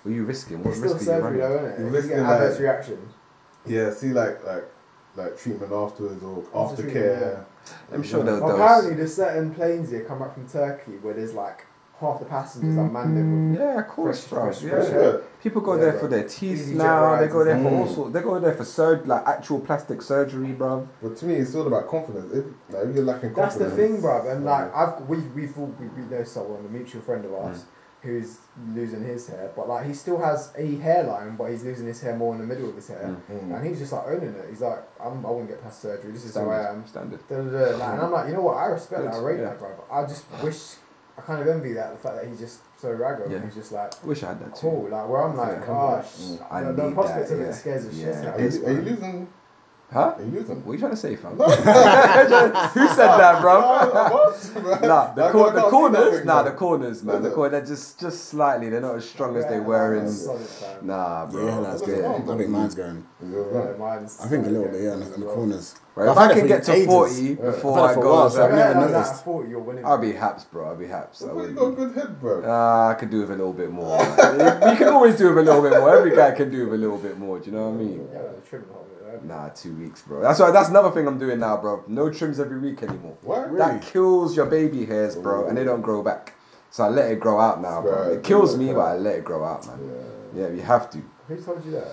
[SPEAKER 1] are you risking? What
[SPEAKER 2] It's still
[SPEAKER 1] risk are you running?
[SPEAKER 2] surgery, though, isn't it?
[SPEAKER 3] You're
[SPEAKER 2] You
[SPEAKER 3] risking
[SPEAKER 2] get adverse
[SPEAKER 3] that.
[SPEAKER 2] reaction.
[SPEAKER 3] Yeah, see, like, like, like treatment afterwards or
[SPEAKER 2] After
[SPEAKER 3] aftercare.
[SPEAKER 2] treatment,
[SPEAKER 1] I'm sure they'll
[SPEAKER 2] Well,
[SPEAKER 1] they'll-
[SPEAKER 2] apparently, there's certain planes here come back from Turkey where there's like half the passengers are man
[SPEAKER 1] Yeah, of course,
[SPEAKER 2] Fresh-
[SPEAKER 1] bro.
[SPEAKER 2] fresh-
[SPEAKER 1] Yeah.
[SPEAKER 3] Yeah.
[SPEAKER 2] fresh
[SPEAKER 1] People go
[SPEAKER 2] Yeah,
[SPEAKER 1] there
[SPEAKER 2] bro.
[SPEAKER 1] for their teeth
[SPEAKER 2] Easy jet
[SPEAKER 1] now. They
[SPEAKER 2] rides
[SPEAKER 1] go there
[SPEAKER 2] and
[SPEAKER 1] for
[SPEAKER 4] stuff.
[SPEAKER 1] all sorts. They go there for surg like actual plastic surgery, bro.
[SPEAKER 3] But to me, it's all about confidence. If, like, if you're lacking
[SPEAKER 2] That's
[SPEAKER 3] confidence.
[SPEAKER 2] the thing, bruv. And like, I've we we've all, we, we know someone, a mutual friend of ours, who's losing his hair, but like he still has a hairline, but he's losing his hair more in the middle of his hair,
[SPEAKER 3] Mm.
[SPEAKER 2] and he's just like owning it. He's like, I'm, I wouldn't get past surgery. This is who
[SPEAKER 1] Standard,
[SPEAKER 2] I am.
[SPEAKER 1] standard.
[SPEAKER 2] Da, da, da. Like, and I'm like, you know what? I respect that. I
[SPEAKER 1] Good,
[SPEAKER 2] rate
[SPEAKER 1] yeah.
[SPEAKER 2] that, bruv. I just wish, I kind of envy that the fact that he's just so raggo.
[SPEAKER 1] Yeah.
[SPEAKER 2] and He's just like.
[SPEAKER 1] I wish I had that too.
[SPEAKER 2] Cool, like where I'm like, oh, sh-
[SPEAKER 1] I
[SPEAKER 2] the, the
[SPEAKER 1] need
[SPEAKER 2] prospect
[SPEAKER 1] that,
[SPEAKER 2] of
[SPEAKER 1] yeah.
[SPEAKER 2] it scares the shit
[SPEAKER 1] Yeah.
[SPEAKER 2] out
[SPEAKER 3] Are
[SPEAKER 2] of me.
[SPEAKER 3] you, are you losing?
[SPEAKER 1] Huh?
[SPEAKER 3] Are you losing?
[SPEAKER 1] What are you trying to say, fam? Who said that, bro? nah, the,
[SPEAKER 3] Like,
[SPEAKER 1] cor- the
[SPEAKER 3] I can't see
[SPEAKER 1] corners,
[SPEAKER 3] nothing,
[SPEAKER 1] nah,
[SPEAKER 3] bro.
[SPEAKER 1] the corners, man. The corners, they're just just slightly. They're not as strong as they were in.
[SPEAKER 2] Solid, fam.
[SPEAKER 1] Nah, bro.
[SPEAKER 4] Yeah, that's
[SPEAKER 3] that's
[SPEAKER 4] good.
[SPEAKER 3] wrong,
[SPEAKER 4] I
[SPEAKER 3] bro.
[SPEAKER 4] think mine's going.
[SPEAKER 2] Yeah, mine's
[SPEAKER 4] I think a little bit, yeah, in
[SPEAKER 2] solid
[SPEAKER 4] the,
[SPEAKER 2] as
[SPEAKER 4] in the
[SPEAKER 2] well.
[SPEAKER 4] corners.
[SPEAKER 1] Right, if
[SPEAKER 4] I've had
[SPEAKER 1] I
[SPEAKER 4] it
[SPEAKER 1] can
[SPEAKER 4] for
[SPEAKER 1] get to
[SPEAKER 4] ages.
[SPEAKER 1] forty
[SPEAKER 4] I've
[SPEAKER 1] before
[SPEAKER 4] had it
[SPEAKER 1] I
[SPEAKER 4] for a
[SPEAKER 1] go,
[SPEAKER 4] while, so
[SPEAKER 2] If
[SPEAKER 4] I've
[SPEAKER 2] I
[SPEAKER 1] I'll
[SPEAKER 4] never
[SPEAKER 2] had that
[SPEAKER 4] noticed.
[SPEAKER 2] at 40, you're winning.
[SPEAKER 1] I'll be haps, bro. I'll be haps. I
[SPEAKER 3] But you
[SPEAKER 1] wouldn't-
[SPEAKER 3] got a good head, bro.
[SPEAKER 1] Uh, I could do with a little bit more. man. you can always do with a little bit more. Every guy can do with a little bit more. Do you know what I mean?
[SPEAKER 2] Yeah, the trim and all that,
[SPEAKER 1] Nah, two weeks, bro. That's why. That's another thing I'm doing now, bro. No trims every week anymore.
[SPEAKER 3] What?
[SPEAKER 1] That kills your baby hairs, bro, and they don't grow back. So I let it grow out now, bro.
[SPEAKER 3] Right,
[SPEAKER 1] It kills
[SPEAKER 3] yeah,
[SPEAKER 1] me,
[SPEAKER 3] yeah.
[SPEAKER 1] but I let it grow out, man.
[SPEAKER 3] Yeah.
[SPEAKER 1] Yeah, you have to.
[SPEAKER 2] Who told you that?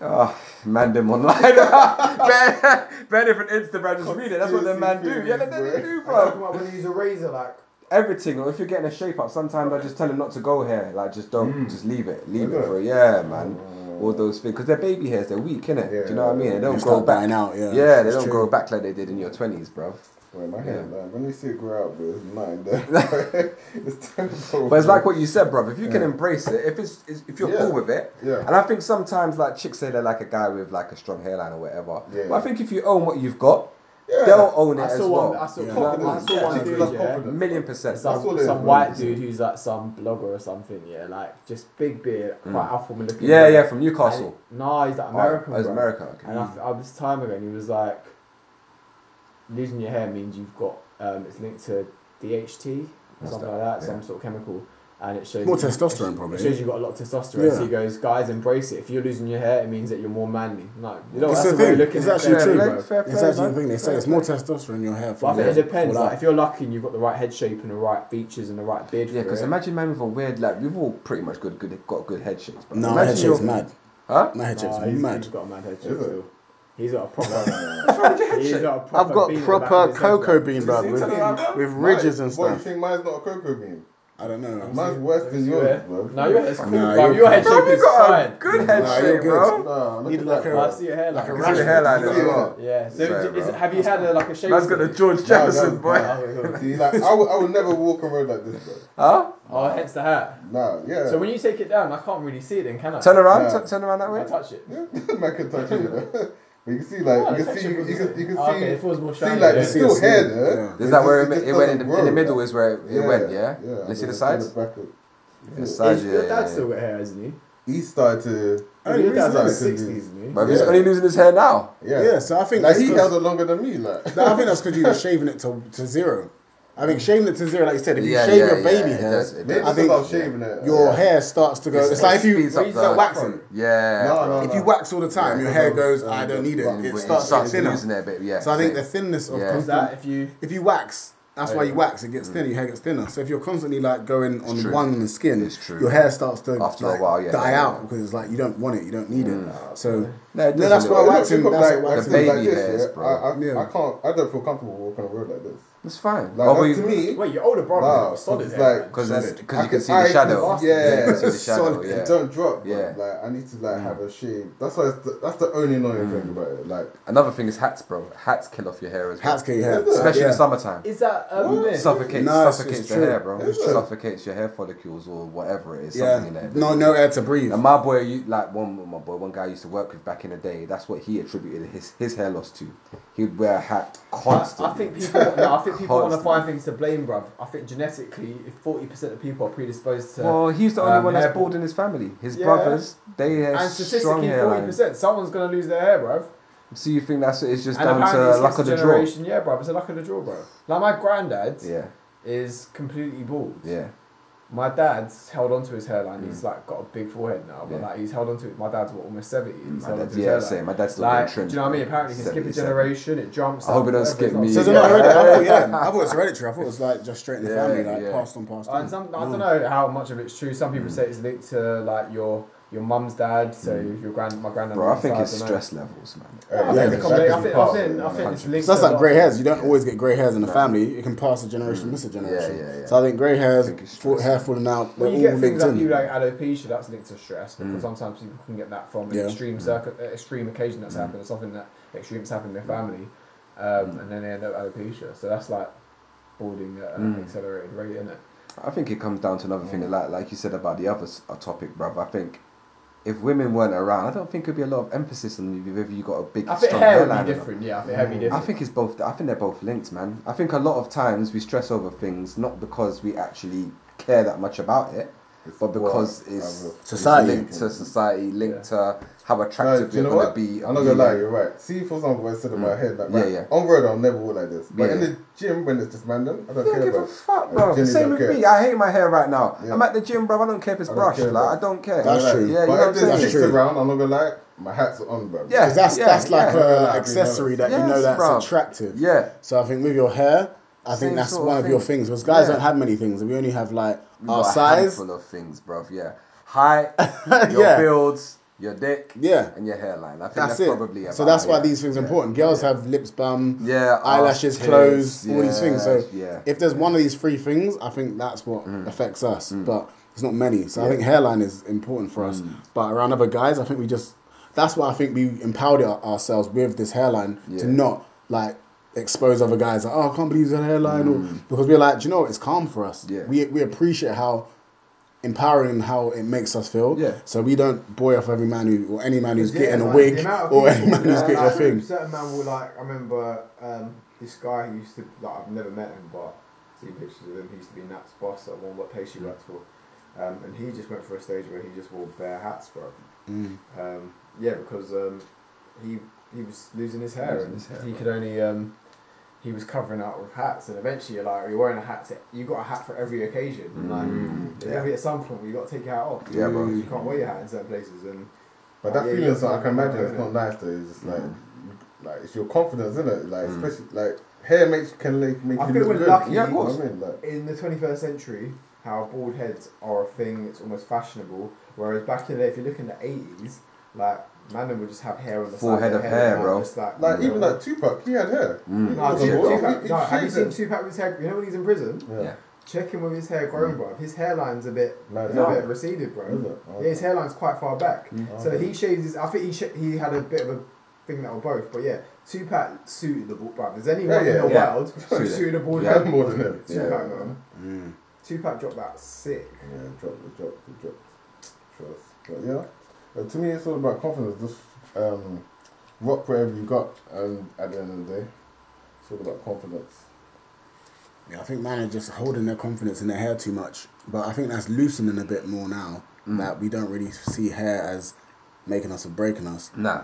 [SPEAKER 1] Ah, man them online. bare, bare different Instagram, just read it. That's what them man do. Yeah, that's what they do,
[SPEAKER 2] Bro,
[SPEAKER 1] bro.
[SPEAKER 2] when you use a razor, like,
[SPEAKER 1] Everything, or if you're getting a shape up, sometimes I just tell them not to go here. Like, just don't,
[SPEAKER 3] Mm.
[SPEAKER 1] just leave it. Leave it
[SPEAKER 3] Really?
[SPEAKER 1] for, yeah, man.
[SPEAKER 3] Oh.
[SPEAKER 1] All those things. Because their baby hairs, they're weak, innit? Do you know what I mean? They
[SPEAKER 4] They
[SPEAKER 1] don't grow
[SPEAKER 4] start
[SPEAKER 1] back.
[SPEAKER 4] dying out, yeah.
[SPEAKER 1] Yeah, they
[SPEAKER 4] It's
[SPEAKER 1] don't
[SPEAKER 4] true.
[SPEAKER 1] grow back like they did in your 20s, bro.
[SPEAKER 3] Boy, my hair, like, when you see it grow out, bro, it's nothing there. it's terrible.
[SPEAKER 1] But it's
[SPEAKER 3] bro.
[SPEAKER 1] like what you said, bro. If you can embrace it, if it's it's- if you're
[SPEAKER 3] Yeah.
[SPEAKER 1] cool with it,
[SPEAKER 3] Yeah.
[SPEAKER 1] and I think sometimes like chicks say they're like a guy with like a strong hairline or whatever.
[SPEAKER 3] Yeah.
[SPEAKER 1] But I think if you own what you've got,
[SPEAKER 3] Yeah.
[SPEAKER 1] they'll own it
[SPEAKER 2] I
[SPEAKER 1] as
[SPEAKER 2] saw
[SPEAKER 1] well.
[SPEAKER 2] one, I saw,
[SPEAKER 4] Yeah.
[SPEAKER 2] one, I
[SPEAKER 3] Yeah.
[SPEAKER 2] saw one dude,
[SPEAKER 3] That's
[SPEAKER 2] yeah.
[SPEAKER 3] confident.
[SPEAKER 1] A million percent.
[SPEAKER 3] That's all
[SPEAKER 2] Some,
[SPEAKER 3] it
[SPEAKER 2] some
[SPEAKER 3] is,
[SPEAKER 2] white
[SPEAKER 3] really.
[SPEAKER 2] dude who's like some blogger or something, yeah, like just big beard, quite alpha woman looking.
[SPEAKER 1] Yeah,
[SPEAKER 2] guy.
[SPEAKER 1] yeah, from Newcastle.
[SPEAKER 2] And, no, he's like American.
[SPEAKER 1] Oh, it's
[SPEAKER 2] bro.
[SPEAKER 1] America, okay.
[SPEAKER 4] Hmm.
[SPEAKER 2] And I, I was time ago, and he was like, losing your hair means you've got um, it's linked to DHT, or
[SPEAKER 1] What's
[SPEAKER 2] something
[SPEAKER 1] that?
[SPEAKER 2] like that,
[SPEAKER 1] Yeah.
[SPEAKER 2] some sort of chemical. and it shows
[SPEAKER 4] More
[SPEAKER 2] you-
[SPEAKER 4] testosterone,
[SPEAKER 2] It
[SPEAKER 4] probably.
[SPEAKER 2] shows you've got a lot of testosterone. So
[SPEAKER 4] Yeah.
[SPEAKER 2] he goes, guys, embrace it. If you're losing your hair, it means that you're more manly. No, you know,
[SPEAKER 4] It's
[SPEAKER 2] that's
[SPEAKER 4] the
[SPEAKER 2] the way
[SPEAKER 4] thing.
[SPEAKER 2] of looking
[SPEAKER 4] It's
[SPEAKER 2] at
[SPEAKER 4] actually
[SPEAKER 2] it.
[SPEAKER 4] true.
[SPEAKER 3] play, fair
[SPEAKER 4] it's
[SPEAKER 3] play,
[SPEAKER 4] actually
[SPEAKER 3] man.
[SPEAKER 4] the thing. They say
[SPEAKER 3] Fair
[SPEAKER 4] it's more testosterone in your hair.
[SPEAKER 2] But I
[SPEAKER 4] from
[SPEAKER 2] think
[SPEAKER 4] the-
[SPEAKER 2] it depends.
[SPEAKER 4] fall out.
[SPEAKER 2] Like, if you're lucky and you've got the right head shape and the right features and the right beard,
[SPEAKER 1] Yeah,
[SPEAKER 2] for
[SPEAKER 1] because
[SPEAKER 2] it,
[SPEAKER 1] imagine man with a weird like we've all pretty much good, good got good head shapes. But
[SPEAKER 4] no, my
[SPEAKER 1] imagine
[SPEAKER 4] head
[SPEAKER 1] your-
[SPEAKER 4] shape's mad.
[SPEAKER 1] Huh?
[SPEAKER 4] My head shape's
[SPEAKER 2] Nah, he's,
[SPEAKER 4] mad.
[SPEAKER 2] he's got a mad head shape.
[SPEAKER 3] Is it?
[SPEAKER 2] too. He's got a proper. he's
[SPEAKER 1] He's
[SPEAKER 2] got a proper
[SPEAKER 4] I've got
[SPEAKER 2] bean at the back of
[SPEAKER 4] proper
[SPEAKER 2] his head, bro.
[SPEAKER 4] cocoa bean, bro,
[SPEAKER 3] see
[SPEAKER 4] with,
[SPEAKER 3] that?
[SPEAKER 4] with ridges and
[SPEAKER 3] What, you
[SPEAKER 4] stuff.
[SPEAKER 3] think mine's not a cocoa bean?
[SPEAKER 4] I don't know.
[SPEAKER 3] Mine's worse than yours, bro.
[SPEAKER 2] No, your head's cool,
[SPEAKER 4] Nah,
[SPEAKER 2] bro.
[SPEAKER 4] you're
[SPEAKER 2] Your head
[SPEAKER 4] cool.
[SPEAKER 2] shape is
[SPEAKER 1] got a
[SPEAKER 2] fine.
[SPEAKER 1] good head
[SPEAKER 4] Nah, you're
[SPEAKER 1] shape,
[SPEAKER 4] good.
[SPEAKER 1] bro.
[SPEAKER 3] Nah, look
[SPEAKER 4] Need
[SPEAKER 3] at
[SPEAKER 4] like
[SPEAKER 3] that.
[SPEAKER 4] a-
[SPEAKER 2] Nah, I see your hairline.
[SPEAKER 4] Like a
[SPEAKER 1] Look at the hairline as
[SPEAKER 3] Yeah.
[SPEAKER 1] well.
[SPEAKER 2] Yeah. So
[SPEAKER 1] Sorry,
[SPEAKER 2] is, is,
[SPEAKER 1] bro.
[SPEAKER 2] have you had a, like a Oh, shape?
[SPEAKER 1] Man's got the
[SPEAKER 2] thing?
[SPEAKER 1] George Jefferson,
[SPEAKER 3] Nah,
[SPEAKER 1] boy.
[SPEAKER 3] nah, nah. See, like, I would, I would never walk a road like this, bro.
[SPEAKER 1] Huh?
[SPEAKER 2] Oh, hence the hat.
[SPEAKER 3] Nah, yeah.
[SPEAKER 2] So when you take it down, I can't really see it then, can I?
[SPEAKER 1] Turn around,
[SPEAKER 3] Yeah.
[SPEAKER 1] tu- turn around that
[SPEAKER 2] I
[SPEAKER 1] way.
[SPEAKER 2] touch it.
[SPEAKER 3] Man can touch it, you know. But you can see, like,
[SPEAKER 2] Oh,
[SPEAKER 3] you can
[SPEAKER 2] the
[SPEAKER 3] see,
[SPEAKER 2] texture
[SPEAKER 3] you, you can, you can
[SPEAKER 2] Oh,
[SPEAKER 3] see,
[SPEAKER 2] okay, it feels more
[SPEAKER 3] see,
[SPEAKER 2] shiny.
[SPEAKER 3] like,
[SPEAKER 2] yeah.
[SPEAKER 3] it's still
[SPEAKER 4] Yeah.
[SPEAKER 3] hair there.
[SPEAKER 4] Yeah.
[SPEAKER 3] It's
[SPEAKER 1] Is that
[SPEAKER 3] just-
[SPEAKER 1] where it,
[SPEAKER 3] just
[SPEAKER 1] it went? In
[SPEAKER 3] doesn't
[SPEAKER 1] the,
[SPEAKER 3] grow,
[SPEAKER 1] in the middle
[SPEAKER 3] like,
[SPEAKER 1] is where it, it went. Yeah. Let's see the
[SPEAKER 3] it's
[SPEAKER 1] sides.
[SPEAKER 3] on the back of-
[SPEAKER 1] The sides,
[SPEAKER 2] Is
[SPEAKER 1] yeah.
[SPEAKER 2] your
[SPEAKER 1] yeah,
[SPEAKER 2] dad
[SPEAKER 1] yeah.
[SPEAKER 2] still got hair, isn't he?
[SPEAKER 3] He started to,
[SPEAKER 4] I don't
[SPEAKER 2] your
[SPEAKER 4] even
[SPEAKER 2] dad's like
[SPEAKER 4] know.
[SPEAKER 3] realize it.
[SPEAKER 2] 60s, isn't he?
[SPEAKER 1] But he's
[SPEAKER 3] Yeah.
[SPEAKER 1] only losing his hair now.
[SPEAKER 3] yeah.
[SPEAKER 4] Yeah, so I think
[SPEAKER 3] Like,
[SPEAKER 4] that's
[SPEAKER 3] he
[SPEAKER 4] 'cause-
[SPEAKER 3] held it longer than me, like.
[SPEAKER 4] I think that's because you were shaving it to, to zero. I think shaving it to zero, like you said, if you shave your baby
[SPEAKER 1] it
[SPEAKER 4] hair,
[SPEAKER 1] does, it
[SPEAKER 3] Maybe
[SPEAKER 1] does.
[SPEAKER 4] I
[SPEAKER 3] it's
[SPEAKER 4] think
[SPEAKER 3] about shaving it.
[SPEAKER 4] your
[SPEAKER 3] yeah.
[SPEAKER 4] hair starts to go.
[SPEAKER 1] It's-
[SPEAKER 4] It's, like if you,
[SPEAKER 1] speeds up
[SPEAKER 4] it's
[SPEAKER 1] the-
[SPEAKER 4] like waxing.
[SPEAKER 1] Yeah.
[SPEAKER 3] No,
[SPEAKER 1] bro.
[SPEAKER 3] no,
[SPEAKER 4] If
[SPEAKER 3] no.
[SPEAKER 4] you wax all the time,
[SPEAKER 3] Yeah,
[SPEAKER 4] your hair goes.
[SPEAKER 3] because of,
[SPEAKER 4] I
[SPEAKER 3] um,
[SPEAKER 4] don't need it.
[SPEAKER 3] but
[SPEAKER 4] It
[SPEAKER 1] It
[SPEAKER 4] starts,
[SPEAKER 1] starts
[SPEAKER 4] getting
[SPEAKER 1] losing
[SPEAKER 4] thinner.
[SPEAKER 1] it a bit. Yeah.
[SPEAKER 4] So I think the
[SPEAKER 1] that's
[SPEAKER 4] thinness of
[SPEAKER 1] Yeah.
[SPEAKER 2] Is
[SPEAKER 4] constant-
[SPEAKER 2] that if you?
[SPEAKER 4] if you wax, that's why
[SPEAKER 2] Yeah.
[SPEAKER 4] you wax. It gets thinner. Your hair gets thinner. So if you're constantly like going on
[SPEAKER 1] true.
[SPEAKER 4] one skin,
[SPEAKER 1] It's true.
[SPEAKER 4] your hair starts to
[SPEAKER 1] After a
[SPEAKER 4] like,
[SPEAKER 1] while, yeah, Mm.
[SPEAKER 4] die
[SPEAKER 1] yeah,
[SPEAKER 4] out
[SPEAKER 1] yeah.
[SPEAKER 4] because it's like you don't want it. You don't need it. So
[SPEAKER 1] No, it does
[SPEAKER 4] no, that's
[SPEAKER 1] a
[SPEAKER 4] why
[SPEAKER 1] little bit.
[SPEAKER 4] waxing.
[SPEAKER 3] Look,
[SPEAKER 4] That's why
[SPEAKER 3] like, like,
[SPEAKER 4] waxing.
[SPEAKER 1] The baby
[SPEAKER 3] like this,
[SPEAKER 1] hairs,
[SPEAKER 3] yeah,
[SPEAKER 1] bro.
[SPEAKER 3] I, I,
[SPEAKER 4] Yeah.
[SPEAKER 3] I can't. I don't feel comfortable walking on the road like this.
[SPEAKER 1] It's fine.
[SPEAKER 3] Like
[SPEAKER 1] oh,
[SPEAKER 3] that to me,
[SPEAKER 2] Wait, your older brother
[SPEAKER 3] Wow,
[SPEAKER 2] got solid
[SPEAKER 3] it's
[SPEAKER 2] hair.
[SPEAKER 3] like-
[SPEAKER 2] bro.
[SPEAKER 1] because
[SPEAKER 4] Solid.
[SPEAKER 1] because
[SPEAKER 3] I
[SPEAKER 1] you can
[SPEAKER 3] can-
[SPEAKER 1] see
[SPEAKER 3] I
[SPEAKER 1] the
[SPEAKER 3] can
[SPEAKER 1] shadow.
[SPEAKER 3] see-
[SPEAKER 1] you can see the
[SPEAKER 3] yeah.
[SPEAKER 1] shadow.
[SPEAKER 4] Solid.
[SPEAKER 1] Yeah.
[SPEAKER 3] It don't drop. Bro.
[SPEAKER 1] Yeah. Mm.
[SPEAKER 3] Like I need to like have a shave. That's why. It's the, that's the only annoying thing about it. Like
[SPEAKER 1] Another thing is hats, bro. Hats kill off your hair as well.
[SPEAKER 4] Hats get your hair,
[SPEAKER 1] especially in
[SPEAKER 4] Yeah.
[SPEAKER 1] the summertime.
[SPEAKER 2] Is that um, myth?
[SPEAKER 1] Suffocates,
[SPEAKER 4] No, it's-
[SPEAKER 1] suffocates
[SPEAKER 4] it's
[SPEAKER 1] the
[SPEAKER 4] true.
[SPEAKER 1] hair, bro.
[SPEAKER 3] Is it?
[SPEAKER 1] Suffocates your hair follicles or whatever it is.
[SPEAKER 4] Yeah.
[SPEAKER 1] Something in there.
[SPEAKER 4] No, no air to breathe.
[SPEAKER 1] And my boy, you, like one my boy, one guy I used to work with back in the day. That's what he attributed his his hair loss to. He'd wear a hat
[SPEAKER 2] I,
[SPEAKER 1] constantly.
[SPEAKER 2] I think people. No, I think people want to
[SPEAKER 1] Constantly.
[SPEAKER 2] find things to blame, bruv. I think genetically, if forty percent of people are predisposed to,
[SPEAKER 1] Well, he's the only
[SPEAKER 2] Um,
[SPEAKER 1] one that's
[SPEAKER 2] hair-
[SPEAKER 1] bald in his family. His
[SPEAKER 2] Yeah.
[SPEAKER 1] brothers, they have
[SPEAKER 2] and
[SPEAKER 1] strong
[SPEAKER 2] statistically forty
[SPEAKER 1] hairline.
[SPEAKER 2] percent, someone's gonna lose their hair, bruv.
[SPEAKER 1] So you think that's it's just
[SPEAKER 2] And
[SPEAKER 1] down
[SPEAKER 2] apparently,
[SPEAKER 1] to
[SPEAKER 2] it's
[SPEAKER 1] luck
[SPEAKER 2] luck
[SPEAKER 1] of the draw?
[SPEAKER 2] generation. Yeah, bruv, it's a luck of the draw, bro. Like my granddad
[SPEAKER 1] Yeah,
[SPEAKER 2] is completely bald.
[SPEAKER 1] yeah. Mm.
[SPEAKER 2] My dad's held onto his hairline. He's like got a big forehead now, but
[SPEAKER 1] Yeah.
[SPEAKER 2] like he's held onto it. My dad's what almost seventy. and He's
[SPEAKER 1] My
[SPEAKER 2] held
[SPEAKER 1] dad's
[SPEAKER 2] onto his
[SPEAKER 1] yeah,
[SPEAKER 2] hairline.
[SPEAKER 1] same. My dad's still
[SPEAKER 2] Like,
[SPEAKER 1] getting trimmed.
[SPEAKER 2] do you know what I mean?
[SPEAKER 1] bro.
[SPEAKER 2] Apparently, you can skip a
[SPEAKER 1] 77.
[SPEAKER 2] generation. It jumps.
[SPEAKER 1] I hope
[SPEAKER 2] up,
[SPEAKER 1] it don't
[SPEAKER 2] whatever,
[SPEAKER 1] skip
[SPEAKER 2] it's not-
[SPEAKER 1] me.
[SPEAKER 4] So it's
[SPEAKER 1] Yeah.
[SPEAKER 4] not hereditary. I thought, yeah, I thought it's hereditary. I thought it was like just straight in the
[SPEAKER 1] Yeah,
[SPEAKER 4] family, like
[SPEAKER 1] yeah.
[SPEAKER 4] passed on, passed on.
[SPEAKER 2] And some, I
[SPEAKER 4] No.
[SPEAKER 2] don't know how much of it's true. Some people say it's linked to like your your mum's dad, so your grand, my granddad.
[SPEAKER 1] Bro, I
[SPEAKER 2] mum's
[SPEAKER 1] think
[SPEAKER 2] dad,
[SPEAKER 1] it's
[SPEAKER 2] dunno.
[SPEAKER 1] stress levels, man.
[SPEAKER 2] I
[SPEAKER 3] yeah,
[SPEAKER 2] think
[SPEAKER 3] that
[SPEAKER 2] it's combination. I
[SPEAKER 3] could be
[SPEAKER 2] think, I
[SPEAKER 3] part of
[SPEAKER 2] think,
[SPEAKER 3] it,
[SPEAKER 2] I think it's linked.
[SPEAKER 4] So that's
[SPEAKER 2] to
[SPEAKER 4] like
[SPEAKER 2] lot-
[SPEAKER 4] grey hairs. You don't
[SPEAKER 1] Yeah.
[SPEAKER 4] always get grey hairs in the
[SPEAKER 1] No.
[SPEAKER 4] family. It can pass a generation, miss a generation.
[SPEAKER 1] Yeah, yeah, yeah.
[SPEAKER 4] So I think grey hairs,
[SPEAKER 1] think it's
[SPEAKER 4] fa-
[SPEAKER 1] stress.
[SPEAKER 4] hair falling out, they're
[SPEAKER 2] Well, you
[SPEAKER 4] all
[SPEAKER 2] get
[SPEAKER 4] linked
[SPEAKER 2] things like
[SPEAKER 4] in.
[SPEAKER 2] you like alopecia. That's linked to stress because sometimes people can get that from an
[SPEAKER 4] Yeah.
[SPEAKER 2] extreme circu- uh extreme occasion that's happened. It's something that extreme has happened in their family, um, and then they end up alopecia. So that's like balding at an accelerated rate, isn't it?
[SPEAKER 1] I think it comes down to another thing, like like you said about the other s- uh, topic, bruv. I think if women weren't around, I don't think there'd be a lot of emphasis on you- whether you got a big
[SPEAKER 2] I think
[SPEAKER 1] strong
[SPEAKER 2] hair
[SPEAKER 1] hairline.
[SPEAKER 2] would
[SPEAKER 1] or
[SPEAKER 2] be
[SPEAKER 1] not.
[SPEAKER 2] different. Yeah, I think hair would be
[SPEAKER 1] Mm. I
[SPEAKER 2] different.
[SPEAKER 1] think it's both. I think they're both linked, man. I think a lot of times we stress over things not because we actually care that much about it, but because
[SPEAKER 3] what
[SPEAKER 1] it's,
[SPEAKER 3] I will-
[SPEAKER 1] it's
[SPEAKER 4] Society.
[SPEAKER 1] linked to society, linked to how
[SPEAKER 3] No,
[SPEAKER 1] attractive
[SPEAKER 3] do you know
[SPEAKER 1] you're gonna
[SPEAKER 3] what?
[SPEAKER 1] be.
[SPEAKER 3] I'm not gonna lie, you're right. See, for example, what I said in my head, like,
[SPEAKER 1] Mm. Yeah,
[SPEAKER 3] right,
[SPEAKER 1] yeah.
[SPEAKER 3] on road, I'll never walk like this. But
[SPEAKER 1] Yeah,
[SPEAKER 3] in
[SPEAKER 1] yeah.
[SPEAKER 3] the gym, when it's just random, I don't
[SPEAKER 1] I don't
[SPEAKER 3] care
[SPEAKER 1] give a
[SPEAKER 3] about.
[SPEAKER 1] fuck,
[SPEAKER 3] I
[SPEAKER 1] bro.
[SPEAKER 3] genuinely
[SPEAKER 1] Same
[SPEAKER 3] don't
[SPEAKER 1] with
[SPEAKER 3] care.
[SPEAKER 1] me. I hate my hair right now.
[SPEAKER 3] Yeah.
[SPEAKER 1] I'm at the gym, bro. I don't care if it's
[SPEAKER 3] I don't
[SPEAKER 1] brushed.
[SPEAKER 3] care,
[SPEAKER 1] like
[SPEAKER 3] bro.
[SPEAKER 1] I don't care.
[SPEAKER 4] That's
[SPEAKER 3] Like,
[SPEAKER 4] true.
[SPEAKER 1] Yeah, you know what
[SPEAKER 3] But
[SPEAKER 1] I'm
[SPEAKER 3] if there's
[SPEAKER 1] saying.
[SPEAKER 3] chicks
[SPEAKER 4] That's true.
[SPEAKER 3] around, I'm not gonna lie, my hat's on, bro.
[SPEAKER 1] Yeah.
[SPEAKER 4] That's
[SPEAKER 1] Yeah,
[SPEAKER 4] that's like
[SPEAKER 1] yeah.
[SPEAKER 4] an
[SPEAKER 3] Yeah.
[SPEAKER 4] accessory that you
[SPEAKER 1] Yes,
[SPEAKER 4] know that's
[SPEAKER 1] bruv.
[SPEAKER 4] attractive.
[SPEAKER 1] Yeah.
[SPEAKER 4] So I think with your hair, I
[SPEAKER 1] Same
[SPEAKER 4] think that's
[SPEAKER 1] sort of
[SPEAKER 4] one of your
[SPEAKER 1] thing.
[SPEAKER 4] things. Because guys
[SPEAKER 1] Yeah.
[SPEAKER 4] don't have many things. We only have like
[SPEAKER 1] We've
[SPEAKER 4] our
[SPEAKER 1] got a
[SPEAKER 4] size.
[SPEAKER 1] handful of things, bro. Yeah, height, your
[SPEAKER 4] Yeah.
[SPEAKER 1] builds, your dick,
[SPEAKER 4] Yeah.
[SPEAKER 1] and your hairline. I think that's,
[SPEAKER 4] That's it.
[SPEAKER 1] probably about
[SPEAKER 4] So that's why
[SPEAKER 1] yeah.
[SPEAKER 4] these things are important. Girls have lips, bum,
[SPEAKER 1] Yeah,
[SPEAKER 4] eyelashes,
[SPEAKER 1] arse,
[SPEAKER 4] clothes,
[SPEAKER 1] tits,
[SPEAKER 4] all these things. So
[SPEAKER 1] yeah, yeah. Mm.
[SPEAKER 4] if there's one of these three things, I think that's what affects us. But it's not many. So I think hairline is important for
[SPEAKER 1] Mm.
[SPEAKER 4] us. But around other guys, I think we just that's why I think we empowered our- ourselves with this hairline
[SPEAKER 1] Yeah.
[SPEAKER 4] to not like expose other guys like oh I can't believe he's got a hairline or because we're like "Do you know what? it's calm for us.
[SPEAKER 1] Mm. Yeah.
[SPEAKER 4] We we appreciate how empowering and how it makes us feel.
[SPEAKER 1] Yeah.
[SPEAKER 4] So we don't boy off every man who or any man who's
[SPEAKER 6] Yeah,
[SPEAKER 4] getting a
[SPEAKER 6] man,
[SPEAKER 4] wig
[SPEAKER 6] the amount of
[SPEAKER 4] or
[SPEAKER 6] people-
[SPEAKER 4] any man who's
[SPEAKER 6] Yeah,
[SPEAKER 4] getting a
[SPEAKER 6] like,
[SPEAKER 4] thing.
[SPEAKER 6] Certain man will like. I remember um, this guy who used to like. I've never met him, but I've seen pictures of him. He used to be Nat's boss at one what place she worked for, um, and he just went for a stage where he just wore bare hats, bro.
[SPEAKER 4] Mm.
[SPEAKER 6] Um, yeah, because um, he he was losing his hair,
[SPEAKER 1] Losing
[SPEAKER 6] and
[SPEAKER 1] his hair,
[SPEAKER 6] he
[SPEAKER 1] bro.
[SPEAKER 6] could only um,
[SPEAKER 2] he was covering up with hats, and eventually you're like, you're wearing a hat. To, you got a hat for every occasion.
[SPEAKER 6] Mm.
[SPEAKER 2] Like, there's
[SPEAKER 1] yeah.
[SPEAKER 2] gonna be at some point where you got to take your hat off.
[SPEAKER 1] Yeah, bro.
[SPEAKER 2] You can't wear your hat in certain places, and
[SPEAKER 3] But that
[SPEAKER 2] Yeah,
[SPEAKER 3] feeling,
[SPEAKER 2] yeah.
[SPEAKER 3] so I can imagine, it's not nice though. It's just like, like it's your confidence, isn't it? Like especially like hair makes can like, make
[SPEAKER 2] I
[SPEAKER 3] you
[SPEAKER 2] think
[SPEAKER 3] look
[SPEAKER 2] we're
[SPEAKER 3] good.
[SPEAKER 2] lucky-
[SPEAKER 3] Yeah,
[SPEAKER 1] Yeah,
[SPEAKER 3] of
[SPEAKER 1] of
[SPEAKER 3] course.
[SPEAKER 1] course.
[SPEAKER 3] You know what I mean, like,
[SPEAKER 2] in the 21st century, how bald heads are a thing that's almost fashionable. Whereas back in the day, if you look in the 80s, like man them would just have hair on the
[SPEAKER 1] Full
[SPEAKER 2] side
[SPEAKER 1] head
[SPEAKER 2] of
[SPEAKER 1] of
[SPEAKER 2] their
[SPEAKER 1] hair,
[SPEAKER 2] man,
[SPEAKER 1] bro.
[SPEAKER 2] Just like,
[SPEAKER 3] like
[SPEAKER 2] you
[SPEAKER 3] even
[SPEAKER 2] know.
[SPEAKER 3] like Tupac, he had hair.
[SPEAKER 1] Mm.
[SPEAKER 3] He
[SPEAKER 2] No,
[SPEAKER 3] was a
[SPEAKER 1] Tupac-
[SPEAKER 3] bald, he-
[SPEAKER 2] Tupac-
[SPEAKER 3] he
[SPEAKER 2] no, have you seen
[SPEAKER 3] shaved it.
[SPEAKER 2] Tupac with his hair? You know when he's in prison?
[SPEAKER 3] Yeah.
[SPEAKER 2] Check him with his hair grown, bro. His hairline's a bit,
[SPEAKER 3] No,
[SPEAKER 2] it's
[SPEAKER 3] no.
[SPEAKER 2] a bit receded, bro.
[SPEAKER 4] Mm-hmm.
[SPEAKER 3] Is it? Oh,
[SPEAKER 2] Yeah, his
[SPEAKER 3] okay.
[SPEAKER 2] hairline's quite far back.
[SPEAKER 6] Mm-hmm.
[SPEAKER 2] So
[SPEAKER 3] Okay.
[SPEAKER 2] he shaves his. I think he sh- he had a bit of a thing that were both, but yeah, Tupac suited the bald bro. If There's anyone
[SPEAKER 3] Yeah, yeah,
[SPEAKER 2] in the
[SPEAKER 1] yeah.
[SPEAKER 2] world who
[SPEAKER 1] Suited.
[SPEAKER 2] suited the bald
[SPEAKER 1] Yeah.
[SPEAKER 2] head
[SPEAKER 3] More than him.
[SPEAKER 2] Tupac,
[SPEAKER 3] Yeah.
[SPEAKER 2] man.
[SPEAKER 4] Mm.
[SPEAKER 2] Tupac dropped that sick.
[SPEAKER 3] Yeah, drop the drop the drop. Trust. But yeah. But to me it's all about confidence. Just um rock wherever you got and at the end of the day. It's all about confidence.
[SPEAKER 4] Yeah, I think man are just holding their confidence in their hair too much. But I think that's loosening a bit more now. That we don't really see hair as making us or breaking us.
[SPEAKER 1] Nah.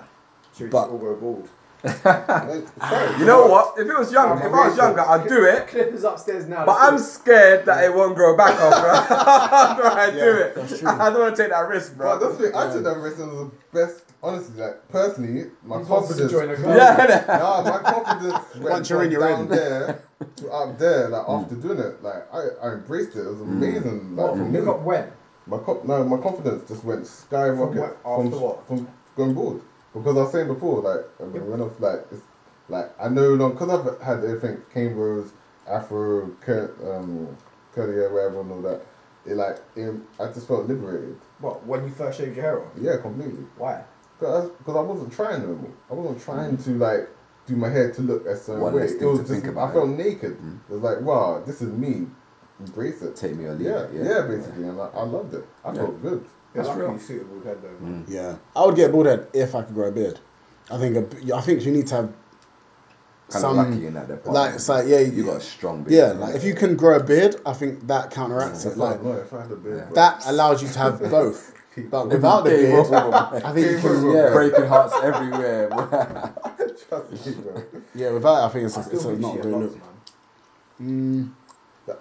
[SPEAKER 2] Should we
[SPEAKER 4] But-
[SPEAKER 2] just all go bald?
[SPEAKER 4] Ah.
[SPEAKER 1] You know what? If it was young,
[SPEAKER 2] I'm
[SPEAKER 1] if I was
[SPEAKER 2] racist.
[SPEAKER 1] younger, I'd do it.
[SPEAKER 2] Clippers upstairs now.
[SPEAKER 1] But I'm
[SPEAKER 2] let's
[SPEAKER 1] scared that it won't grow back up, bro. I don't want to do it.
[SPEAKER 4] that's true.
[SPEAKER 1] I don't want to take that risk,
[SPEAKER 3] Bro,
[SPEAKER 1] bro.
[SPEAKER 3] that's it. I think that wrestling was the best. Honestly, like personally, my
[SPEAKER 2] He's wanted to
[SPEAKER 3] confidence.
[SPEAKER 2] join a club.
[SPEAKER 1] Yeah,
[SPEAKER 3] Nah, my confidence went
[SPEAKER 4] Once you're
[SPEAKER 3] from
[SPEAKER 4] in, you're
[SPEAKER 3] down
[SPEAKER 4] in. Hmm.
[SPEAKER 3] there to up there. Like after doing it, like I, I embraced it. It was amazing. Like
[SPEAKER 2] What,
[SPEAKER 3] for
[SPEAKER 2] from
[SPEAKER 3] me,
[SPEAKER 2] look up when?
[SPEAKER 3] my co- no, my confidence just went skyrocket
[SPEAKER 2] From what- after
[SPEAKER 3] from,
[SPEAKER 2] what?
[SPEAKER 3] from going bored. Because I was saying before, like I mean, when I was like, it's, like I no longer because I've had everything, Cambros, Afro, cur, um, curly hair, whatever, and all that. It like it, I just felt liberated.
[SPEAKER 2] What, when you first shaved your hair off?
[SPEAKER 3] Yeah, completely.
[SPEAKER 2] Why?
[SPEAKER 3] Because I wasn't trying no more. I wasn't trying to like do my hair to look a certain
[SPEAKER 1] Mm. One
[SPEAKER 3] way.
[SPEAKER 1] less
[SPEAKER 3] It
[SPEAKER 1] thing
[SPEAKER 3] was
[SPEAKER 1] to
[SPEAKER 3] just
[SPEAKER 1] think
[SPEAKER 3] I
[SPEAKER 1] about, Mm.
[SPEAKER 3] felt naked. It was like, wow, this is me. Embrace it.
[SPEAKER 1] Take me or leave
[SPEAKER 3] yeah,
[SPEAKER 1] it.
[SPEAKER 3] yeah, basically. And I, I loved it. I felt good.
[SPEAKER 2] You're
[SPEAKER 1] That's
[SPEAKER 2] lucky
[SPEAKER 1] real.
[SPEAKER 2] you suited bald head though. man.
[SPEAKER 4] Yeah, I would get bald head if I could grow a beard. I think a b- I think you need to have
[SPEAKER 1] Kind of
[SPEAKER 4] some
[SPEAKER 1] lucky in that department.
[SPEAKER 4] like it's like yeah
[SPEAKER 1] you got a strong beard.
[SPEAKER 4] yeah like if you can grow a beard, I think that counteracts
[SPEAKER 3] If
[SPEAKER 4] it.
[SPEAKER 3] I-
[SPEAKER 4] Like
[SPEAKER 3] no, if I had a beard, bro.
[SPEAKER 4] that allows you to have both. But without the
[SPEAKER 1] Game
[SPEAKER 4] beard,
[SPEAKER 1] over.
[SPEAKER 4] I think you
[SPEAKER 3] Game
[SPEAKER 4] can,
[SPEAKER 3] over,
[SPEAKER 4] yeah,
[SPEAKER 1] breaking hearts everywhere. bro.
[SPEAKER 3] Trust me, bro.
[SPEAKER 4] yeah. Without, it, I think it's,
[SPEAKER 2] I
[SPEAKER 4] a,
[SPEAKER 2] still
[SPEAKER 4] it's a
[SPEAKER 2] think
[SPEAKER 4] not a
[SPEAKER 2] she
[SPEAKER 4] good
[SPEAKER 2] loves,
[SPEAKER 4] look.
[SPEAKER 2] man.
[SPEAKER 4] Mm,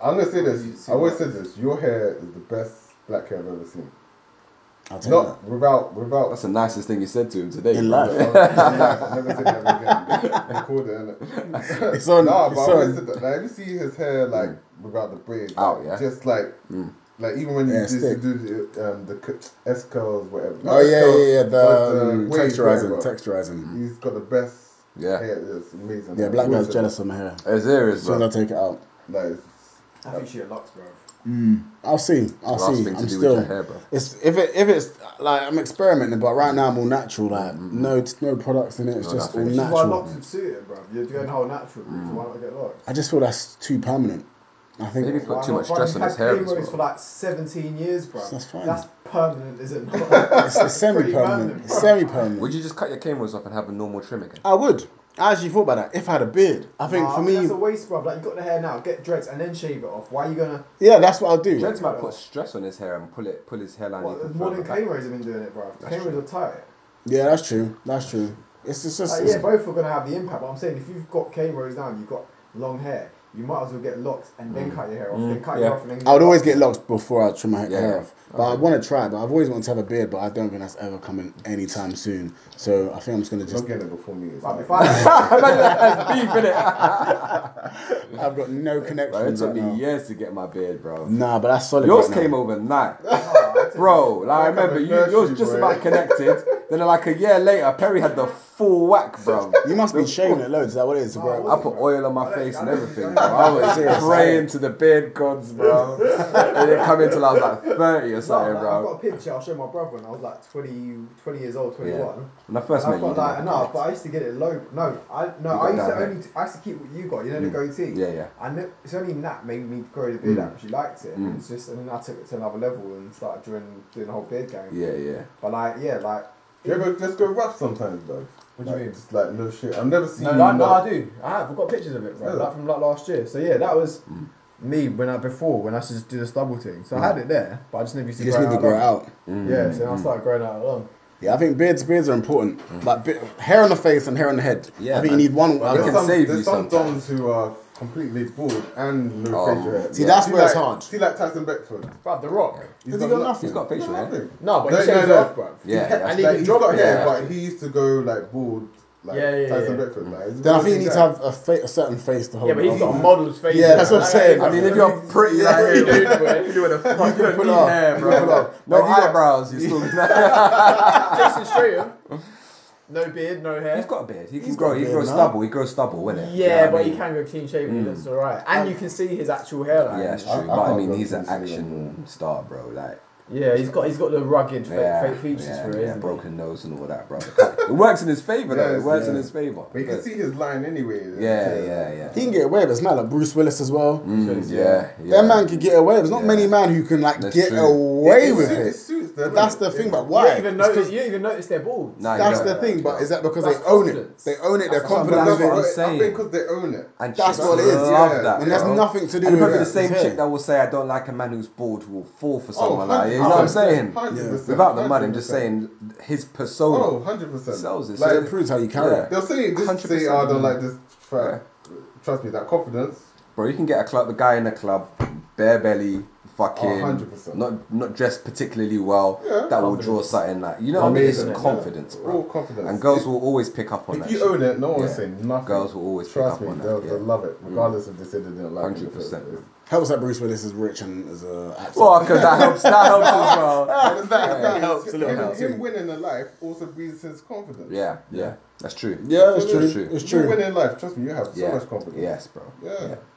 [SPEAKER 3] I'm gonna say
[SPEAKER 2] You
[SPEAKER 3] this.
[SPEAKER 2] see
[SPEAKER 3] I always
[SPEAKER 2] what-
[SPEAKER 3] said this. Your hair is the best black hair I've ever seen.
[SPEAKER 4] I'll take that.
[SPEAKER 3] Not without without
[SPEAKER 1] That's the nicest thing you said to him today.
[SPEAKER 4] In
[SPEAKER 1] bro.
[SPEAKER 4] life.
[SPEAKER 3] I'm never say that again. Record it, innit?
[SPEAKER 4] It's on-
[SPEAKER 3] Nah, but
[SPEAKER 4] it's
[SPEAKER 3] I always
[SPEAKER 4] on.
[SPEAKER 3] said that. Like, if you see his hair, like,
[SPEAKER 4] Mm.
[SPEAKER 3] without the braid,
[SPEAKER 4] Oh,
[SPEAKER 1] Out,
[SPEAKER 3] like,
[SPEAKER 1] yeah?
[SPEAKER 3] just like, like even when you
[SPEAKER 4] Yeah,
[SPEAKER 3] used to
[SPEAKER 4] Mm. stick.
[SPEAKER 3] do the, um, the cu- S curls, whatever.
[SPEAKER 4] Oh
[SPEAKER 3] Not S
[SPEAKER 4] yeah,
[SPEAKER 3] curls,
[SPEAKER 4] yeah, yeah.
[SPEAKER 3] but
[SPEAKER 1] uh,
[SPEAKER 4] The um,
[SPEAKER 3] wave,
[SPEAKER 4] texturizing,
[SPEAKER 3] whatever.
[SPEAKER 4] texturizing.
[SPEAKER 3] He's got the best
[SPEAKER 1] Yeah.
[SPEAKER 3] hair. It's amazing.
[SPEAKER 4] Yeah,
[SPEAKER 3] Like,
[SPEAKER 4] black
[SPEAKER 3] always
[SPEAKER 4] guy's
[SPEAKER 3] said
[SPEAKER 4] jealous of my hair.
[SPEAKER 1] It's serious,
[SPEAKER 4] As soon as I
[SPEAKER 1] bro.
[SPEAKER 4] take it out,
[SPEAKER 3] that. Like, it's-
[SPEAKER 2] I think she had locks, bro.
[SPEAKER 4] I'll see. I'll
[SPEAKER 1] Last thing
[SPEAKER 4] see.
[SPEAKER 1] to
[SPEAKER 4] I'm
[SPEAKER 1] do with
[SPEAKER 4] still.
[SPEAKER 1] your hair, bro.
[SPEAKER 4] It's if it if it's like I'm experimenting, but right now I'm all natural. Like no no products in it. It's
[SPEAKER 1] Mm, No,
[SPEAKER 4] just all
[SPEAKER 1] nothing.
[SPEAKER 2] That's why
[SPEAKER 4] natural.
[SPEAKER 2] locks would suit it, bro. You're doing whole natural, bro. so why not get locks?
[SPEAKER 4] I just feel that's too permanent. I think
[SPEAKER 1] Maybe- He's got
[SPEAKER 2] Why
[SPEAKER 1] too
[SPEAKER 2] not?
[SPEAKER 1] much
[SPEAKER 2] Bro,
[SPEAKER 1] stress
[SPEAKER 2] you've
[SPEAKER 1] on
[SPEAKER 2] had
[SPEAKER 1] his hair as
[SPEAKER 2] Nemo's
[SPEAKER 1] well.
[SPEAKER 2] for like 17 years, bro.
[SPEAKER 4] That's fine.
[SPEAKER 2] That's permanent, is it not?
[SPEAKER 4] it's, it's
[SPEAKER 2] pretty
[SPEAKER 4] semi-permanent.
[SPEAKER 2] permanent,
[SPEAKER 4] It's
[SPEAKER 2] bro.
[SPEAKER 4] semi-permanent.
[SPEAKER 1] Would you just cut your cameras off and have a normal trim again?
[SPEAKER 4] I would. I actually thought about that. If I had a beard, I think
[SPEAKER 2] Nah,
[SPEAKER 4] for
[SPEAKER 2] that's
[SPEAKER 4] me,
[SPEAKER 2] a waste, bro. Like you got the hair now, get dreads and then shave it off. Why are you gonna?
[SPEAKER 4] yeah, that's what I'll do.
[SPEAKER 1] Dreads might put stress on his hair and pull it, pull his hairline.
[SPEAKER 2] What,
[SPEAKER 1] even
[SPEAKER 2] more
[SPEAKER 1] further
[SPEAKER 2] than
[SPEAKER 1] back.
[SPEAKER 2] Camrose have been doing it, bro. Camrose are tight.
[SPEAKER 4] Yeah, that's true. That's true. It's, it's just
[SPEAKER 2] Like,
[SPEAKER 4] it's-
[SPEAKER 2] Uh, yeah, both are gonna have the impact. But I'm saying if you've got Camrose now, and you've got long hair. You might as well get locks and then cut your hair off. Then
[SPEAKER 1] Mm. yeah.
[SPEAKER 2] cut your hair off and then.
[SPEAKER 4] I would always get locks before I trim my
[SPEAKER 1] Yeah,
[SPEAKER 4] hair
[SPEAKER 1] yeah.
[SPEAKER 4] off. But I want to try. it, But I've always wanted to have a beard, but I don't think that's ever coming anytime soon. So I think I'm just gonna
[SPEAKER 3] Don't
[SPEAKER 4] just.
[SPEAKER 3] get it before me. It's
[SPEAKER 2] Like,
[SPEAKER 3] like,
[SPEAKER 2] if I,
[SPEAKER 1] Imagine that has beef in it.
[SPEAKER 4] I've got no
[SPEAKER 1] Bro, it
[SPEAKER 4] connections
[SPEAKER 1] took
[SPEAKER 4] right
[SPEAKER 1] me
[SPEAKER 4] now.
[SPEAKER 1] years to get my beard, bro.
[SPEAKER 4] Nah, but that's solid.
[SPEAKER 1] Yours
[SPEAKER 4] right now.
[SPEAKER 1] came overnight,
[SPEAKER 2] Oh,
[SPEAKER 1] bro. Like I
[SPEAKER 3] Like I'm
[SPEAKER 1] remember,
[SPEAKER 3] a
[SPEAKER 1] you,
[SPEAKER 3] nursery
[SPEAKER 1] yours just
[SPEAKER 3] boy.
[SPEAKER 1] about connected. then like a year later, Perry had the full whack, bro.
[SPEAKER 4] You must be shaving it loads. Is that what it is,
[SPEAKER 2] I
[SPEAKER 4] bro?
[SPEAKER 1] I
[SPEAKER 2] wasn't,
[SPEAKER 1] put
[SPEAKER 2] bro.
[SPEAKER 1] oil on
[SPEAKER 2] I
[SPEAKER 1] my
[SPEAKER 2] don't-
[SPEAKER 1] face
[SPEAKER 2] I
[SPEAKER 1] and
[SPEAKER 2] don't-
[SPEAKER 1] everything, bro. I was praying to the beard gods, bro. It didn't come until I was like 30 or
[SPEAKER 2] No,
[SPEAKER 1] something,
[SPEAKER 2] like, I've got a
[SPEAKER 1] bro.
[SPEAKER 2] picture I'll show my brother when I was like 20, 20 years old, 21.
[SPEAKER 1] Yeah. When I first met
[SPEAKER 2] I've
[SPEAKER 1] you, you
[SPEAKER 2] got like
[SPEAKER 1] didn't
[SPEAKER 2] no,
[SPEAKER 1] have
[SPEAKER 2] but I used to get it low. No, I no,
[SPEAKER 1] You
[SPEAKER 2] I
[SPEAKER 1] got
[SPEAKER 2] used to
[SPEAKER 1] down Mm.
[SPEAKER 2] only I used to keep what you got. You know the goatee.
[SPEAKER 1] Yeah, Mm. yeah.
[SPEAKER 2] And it- it's only that made me grow the beard. I actually liked it. And it's just and then I took it to another level and started doing doing the whole beard game.
[SPEAKER 1] Yeah, yeah.
[SPEAKER 2] But like yeah, like
[SPEAKER 3] yeah, but just go rough sometimes, though.
[SPEAKER 2] What do you
[SPEAKER 3] like,
[SPEAKER 2] mean?
[SPEAKER 3] Just like no shit. I've never seen.
[SPEAKER 2] No,
[SPEAKER 3] you
[SPEAKER 2] no, no,
[SPEAKER 3] not-
[SPEAKER 2] I do. I have. I've got pictures of it, bro.
[SPEAKER 3] Yeah.
[SPEAKER 2] Like from like last year. So yeah, that was me when I before when I used to just do the stubble thing. So I had it there, but I just never used to
[SPEAKER 4] You just need to
[SPEAKER 2] out
[SPEAKER 4] grow it
[SPEAKER 2] long.
[SPEAKER 4] out.
[SPEAKER 2] Yeah, so I started growing out long.
[SPEAKER 4] Yeah, I think beards beards are important. Like be- hair on the face and hair on the head.
[SPEAKER 1] Yeah,
[SPEAKER 4] I think
[SPEAKER 1] man.
[SPEAKER 4] you need one.
[SPEAKER 1] I
[SPEAKER 3] there's
[SPEAKER 1] can
[SPEAKER 3] some,
[SPEAKER 1] save
[SPEAKER 3] there's
[SPEAKER 1] you
[SPEAKER 3] some
[SPEAKER 1] sometimes.
[SPEAKER 3] doms who are completely bald and no
[SPEAKER 1] Um,
[SPEAKER 3] facial hair.
[SPEAKER 4] Oh. See, that's
[SPEAKER 3] See,
[SPEAKER 4] where it's
[SPEAKER 3] like-
[SPEAKER 4] hard.
[SPEAKER 3] See, like Tyson Beckford.
[SPEAKER 2] Bruv, The Rock.
[SPEAKER 3] He's
[SPEAKER 4] Has he got
[SPEAKER 3] no-
[SPEAKER 4] nothing?
[SPEAKER 1] He's got facial hair.
[SPEAKER 3] nothing.
[SPEAKER 2] No, but
[SPEAKER 3] No,
[SPEAKER 2] he
[SPEAKER 3] no,
[SPEAKER 2] shaved
[SPEAKER 3] no.
[SPEAKER 2] it off, bruv.
[SPEAKER 1] Yeah,
[SPEAKER 2] He kept-
[SPEAKER 1] that's-
[SPEAKER 2] and he,
[SPEAKER 3] Like,
[SPEAKER 2] he
[SPEAKER 3] he's
[SPEAKER 2] dropped
[SPEAKER 3] got
[SPEAKER 2] it.
[SPEAKER 3] hair,
[SPEAKER 1] yeah.
[SPEAKER 3] but he used to go like bald, like
[SPEAKER 2] Yeah, yeah,
[SPEAKER 3] Tyson
[SPEAKER 2] yeah.
[SPEAKER 3] Beckford. Like, he's
[SPEAKER 4] Then I
[SPEAKER 3] bald
[SPEAKER 4] think you
[SPEAKER 3] as
[SPEAKER 4] need to
[SPEAKER 3] hell.
[SPEAKER 4] have a, fa- a certain face to hold.
[SPEAKER 2] Yeah, but
[SPEAKER 4] it
[SPEAKER 2] he's
[SPEAKER 4] off.
[SPEAKER 2] got a model's face.
[SPEAKER 4] Yeah, that's what I'm
[SPEAKER 2] Like,
[SPEAKER 4] saying.
[SPEAKER 1] I mean, if you're pretty
[SPEAKER 2] Yeah,
[SPEAKER 1] like him,
[SPEAKER 2] you do,
[SPEAKER 1] you
[SPEAKER 2] bro.
[SPEAKER 1] can do what the fuck you
[SPEAKER 4] can
[SPEAKER 1] don't
[SPEAKER 4] pull
[SPEAKER 1] need
[SPEAKER 4] it off.
[SPEAKER 1] hair,
[SPEAKER 4] You can pull it
[SPEAKER 1] bro.
[SPEAKER 4] off.
[SPEAKER 1] No
[SPEAKER 4] Like, you got-
[SPEAKER 1] eyebrows. You still.
[SPEAKER 2] Jason Stratham, no beard, no hair.
[SPEAKER 1] He's got a beard. He can
[SPEAKER 4] He's got
[SPEAKER 1] grow.
[SPEAKER 4] a
[SPEAKER 1] He
[SPEAKER 4] beard
[SPEAKER 1] grows
[SPEAKER 4] now.
[SPEAKER 1] stubble. He grows stubble, will
[SPEAKER 2] yeah,
[SPEAKER 1] it?
[SPEAKER 2] but he can go clean shaven. He looks alright, and you can see his actual hairline.
[SPEAKER 1] Yeah, it's true.
[SPEAKER 3] I- I
[SPEAKER 1] but I
[SPEAKER 3] can't
[SPEAKER 1] mean,
[SPEAKER 3] go
[SPEAKER 1] he's
[SPEAKER 3] through
[SPEAKER 1] an
[SPEAKER 3] this
[SPEAKER 1] action star, bro. Like,
[SPEAKER 2] Yeah, he's got he's got the rugged fake,
[SPEAKER 1] yeah,
[SPEAKER 2] fake features
[SPEAKER 1] yeah,
[SPEAKER 2] for it.
[SPEAKER 1] yeah,
[SPEAKER 2] isn't he?
[SPEAKER 1] broken nose and all that, bro. it works in his favor, though. It
[SPEAKER 3] Yes,
[SPEAKER 1] works in
[SPEAKER 3] yeah.
[SPEAKER 1] his favor.
[SPEAKER 3] But you can see his line anyway.
[SPEAKER 1] Yeah, yeah, yeah.
[SPEAKER 4] He can get away with it. It's mad, like Bruce Willis as well.
[SPEAKER 1] Mm, yeah, yeah.
[SPEAKER 4] That man could get away. with it. There's not
[SPEAKER 1] Yeah.
[SPEAKER 4] many man who can like
[SPEAKER 1] That's
[SPEAKER 4] get
[SPEAKER 1] true.
[SPEAKER 4] away
[SPEAKER 3] It
[SPEAKER 4] with
[SPEAKER 3] suits-
[SPEAKER 4] it.
[SPEAKER 3] suits them,
[SPEAKER 4] That's
[SPEAKER 3] innit?
[SPEAKER 4] the thing,
[SPEAKER 3] Yeah.
[SPEAKER 4] but
[SPEAKER 2] You
[SPEAKER 4] why?
[SPEAKER 2] don't even
[SPEAKER 4] It's 'cause-
[SPEAKER 2] notice. You don't even notice they're bald.
[SPEAKER 1] Nah, you
[SPEAKER 4] that's
[SPEAKER 1] don't.
[SPEAKER 4] the thing, but is that because
[SPEAKER 2] That's
[SPEAKER 4] they own
[SPEAKER 2] confidence.
[SPEAKER 4] it? They own it. They're
[SPEAKER 1] That's confidence.
[SPEAKER 4] confident
[SPEAKER 1] That's
[SPEAKER 4] with
[SPEAKER 1] what
[SPEAKER 4] it.
[SPEAKER 1] I'm
[SPEAKER 3] I
[SPEAKER 1] saying.
[SPEAKER 3] think because they own it.
[SPEAKER 1] And
[SPEAKER 4] That's
[SPEAKER 1] chicks
[SPEAKER 4] what it is,
[SPEAKER 1] Love
[SPEAKER 3] yeah.
[SPEAKER 1] that,
[SPEAKER 4] And that's
[SPEAKER 1] bro.
[SPEAKER 4] nothing to do
[SPEAKER 1] And
[SPEAKER 4] with
[SPEAKER 1] probably
[SPEAKER 4] it.
[SPEAKER 1] the same
[SPEAKER 4] It's
[SPEAKER 1] chick
[SPEAKER 4] hair.
[SPEAKER 1] that will say, "I don't like a man who's bored," will fall for
[SPEAKER 3] Oh,
[SPEAKER 1] someone like you know
[SPEAKER 3] 100%,
[SPEAKER 1] what I'm saying.
[SPEAKER 3] 100%,
[SPEAKER 1] Without the money, I'm just
[SPEAKER 3] 100%.
[SPEAKER 1] saying his persona
[SPEAKER 3] Oh, 100%.
[SPEAKER 1] sells it.
[SPEAKER 4] Like,
[SPEAKER 1] So
[SPEAKER 4] it proves how you carry
[SPEAKER 1] Yeah.
[SPEAKER 4] it.
[SPEAKER 3] They'll say, just
[SPEAKER 1] 100%.
[SPEAKER 3] say, oh, I don't like this. Try, Trust me, that confidence.
[SPEAKER 1] Bro, you can get a club, a guy in a club, bare belly,
[SPEAKER 3] Oh,
[SPEAKER 1] fucking,
[SPEAKER 3] 100%.
[SPEAKER 1] not not dressed particularly well.
[SPEAKER 3] Yeah.
[SPEAKER 1] that will draw something like you know what I mean. It's
[SPEAKER 3] Amazing.
[SPEAKER 1] confidence,
[SPEAKER 3] Yeah.
[SPEAKER 1] bro.
[SPEAKER 3] All confidence.
[SPEAKER 1] And girls will always pick up on
[SPEAKER 3] If
[SPEAKER 1] that.
[SPEAKER 3] you
[SPEAKER 1] shit.
[SPEAKER 3] own it, no one will
[SPEAKER 1] Yeah.
[SPEAKER 3] say nothing.
[SPEAKER 1] Girls will always
[SPEAKER 3] Trust
[SPEAKER 1] pick
[SPEAKER 3] me,
[SPEAKER 1] up on
[SPEAKER 3] they'll,
[SPEAKER 1] that.
[SPEAKER 3] they'll
[SPEAKER 1] yeah. Mm.
[SPEAKER 3] love it, regardless if they say they didn't like it.
[SPEAKER 1] 100%, man.
[SPEAKER 4] Helps that Bruce Willis is rich and is a actor.
[SPEAKER 1] Well, because that helps. That helps as well.
[SPEAKER 3] But the thing
[SPEAKER 1] Yeah.
[SPEAKER 3] about it is,
[SPEAKER 4] Helps a little
[SPEAKER 3] him,
[SPEAKER 4] helps,
[SPEAKER 3] him
[SPEAKER 4] yeah.
[SPEAKER 3] winning a life also breeds his confidence.
[SPEAKER 1] Yeah, yeah, that's true.
[SPEAKER 4] yeah, it's
[SPEAKER 3] It's
[SPEAKER 4] true.
[SPEAKER 1] true.
[SPEAKER 4] It's
[SPEAKER 3] You win
[SPEAKER 4] true.
[SPEAKER 3] in life, trust me, you have so
[SPEAKER 1] yeah.
[SPEAKER 3] much confidence.
[SPEAKER 1] Yes, bro.
[SPEAKER 3] Yeah.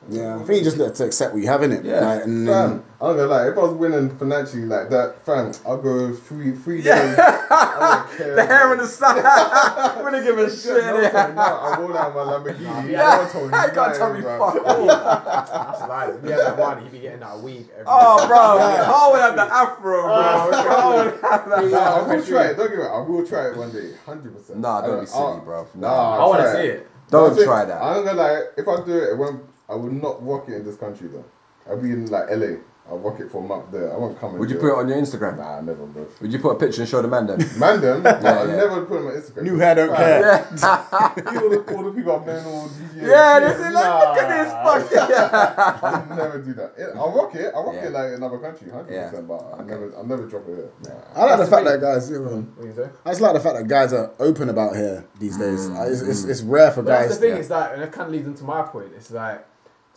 [SPEAKER 4] Yeah, I think you just need to accept what you have in it.
[SPEAKER 1] Yeah.
[SPEAKER 4] Like, and
[SPEAKER 3] Fam,
[SPEAKER 4] then,
[SPEAKER 3] I'm gonna lie, if I was winning financially like that, fam, I'll go three three days. I don't care.
[SPEAKER 1] The hair on the side. I'm gonna give a shit.
[SPEAKER 3] No,
[SPEAKER 1] yeah.
[SPEAKER 3] no, I roll out my Lamborghini.
[SPEAKER 2] Yeah.
[SPEAKER 3] I don't tell you
[SPEAKER 1] I can't tell
[SPEAKER 3] nothing,
[SPEAKER 1] me
[SPEAKER 3] bruv.
[SPEAKER 1] fuck all.
[SPEAKER 2] That's lies. If he had that money, he'd be getting that weave every
[SPEAKER 1] Oh, bro. I would have the afro, bro. I would have that.
[SPEAKER 3] Nah, I will try it. Don't give it. I will try it one day, hundred percent.
[SPEAKER 1] Nah, don't be silly, bruv. Nah.
[SPEAKER 3] Nah,
[SPEAKER 2] I want to
[SPEAKER 3] try
[SPEAKER 2] see it.
[SPEAKER 3] But I
[SPEAKER 1] Don't
[SPEAKER 3] think-
[SPEAKER 1] try that.
[SPEAKER 3] I'm gonna lie. If I do it, it won't, I will not rock it in this country though. I'll be in like LA. I'll rock it for a month there. I won't come. and
[SPEAKER 1] Would you
[SPEAKER 3] do
[SPEAKER 1] put it on your Instagram?
[SPEAKER 3] Nah, never, bro.
[SPEAKER 1] Would you put a picture and show the man then?
[SPEAKER 3] Man, them.
[SPEAKER 1] Yeah,
[SPEAKER 3] I
[SPEAKER 1] yeah.
[SPEAKER 3] never put them on Instagram.
[SPEAKER 4] New hair, don't
[SPEAKER 3] Fam,
[SPEAKER 4] care.
[SPEAKER 1] yeah.
[SPEAKER 3] You all the, all the people I've known all these years.
[SPEAKER 1] Yeah, this is like, look at this fucking.
[SPEAKER 3] I would never do that. It, I rock it. I rock
[SPEAKER 1] Yeah.
[SPEAKER 3] it like in another country, hundred
[SPEAKER 1] Yeah.
[SPEAKER 3] percent. But I never, I never drop it here. Nah.
[SPEAKER 4] I like the fact that guys, you know,
[SPEAKER 2] What do you say?
[SPEAKER 4] I just like the fact that guys are open about hair these days. Uh, It's, it's, it's rare for
[SPEAKER 2] But that's
[SPEAKER 4] guys.
[SPEAKER 2] the thing. It's like, and it kind of leads into my point. It's like,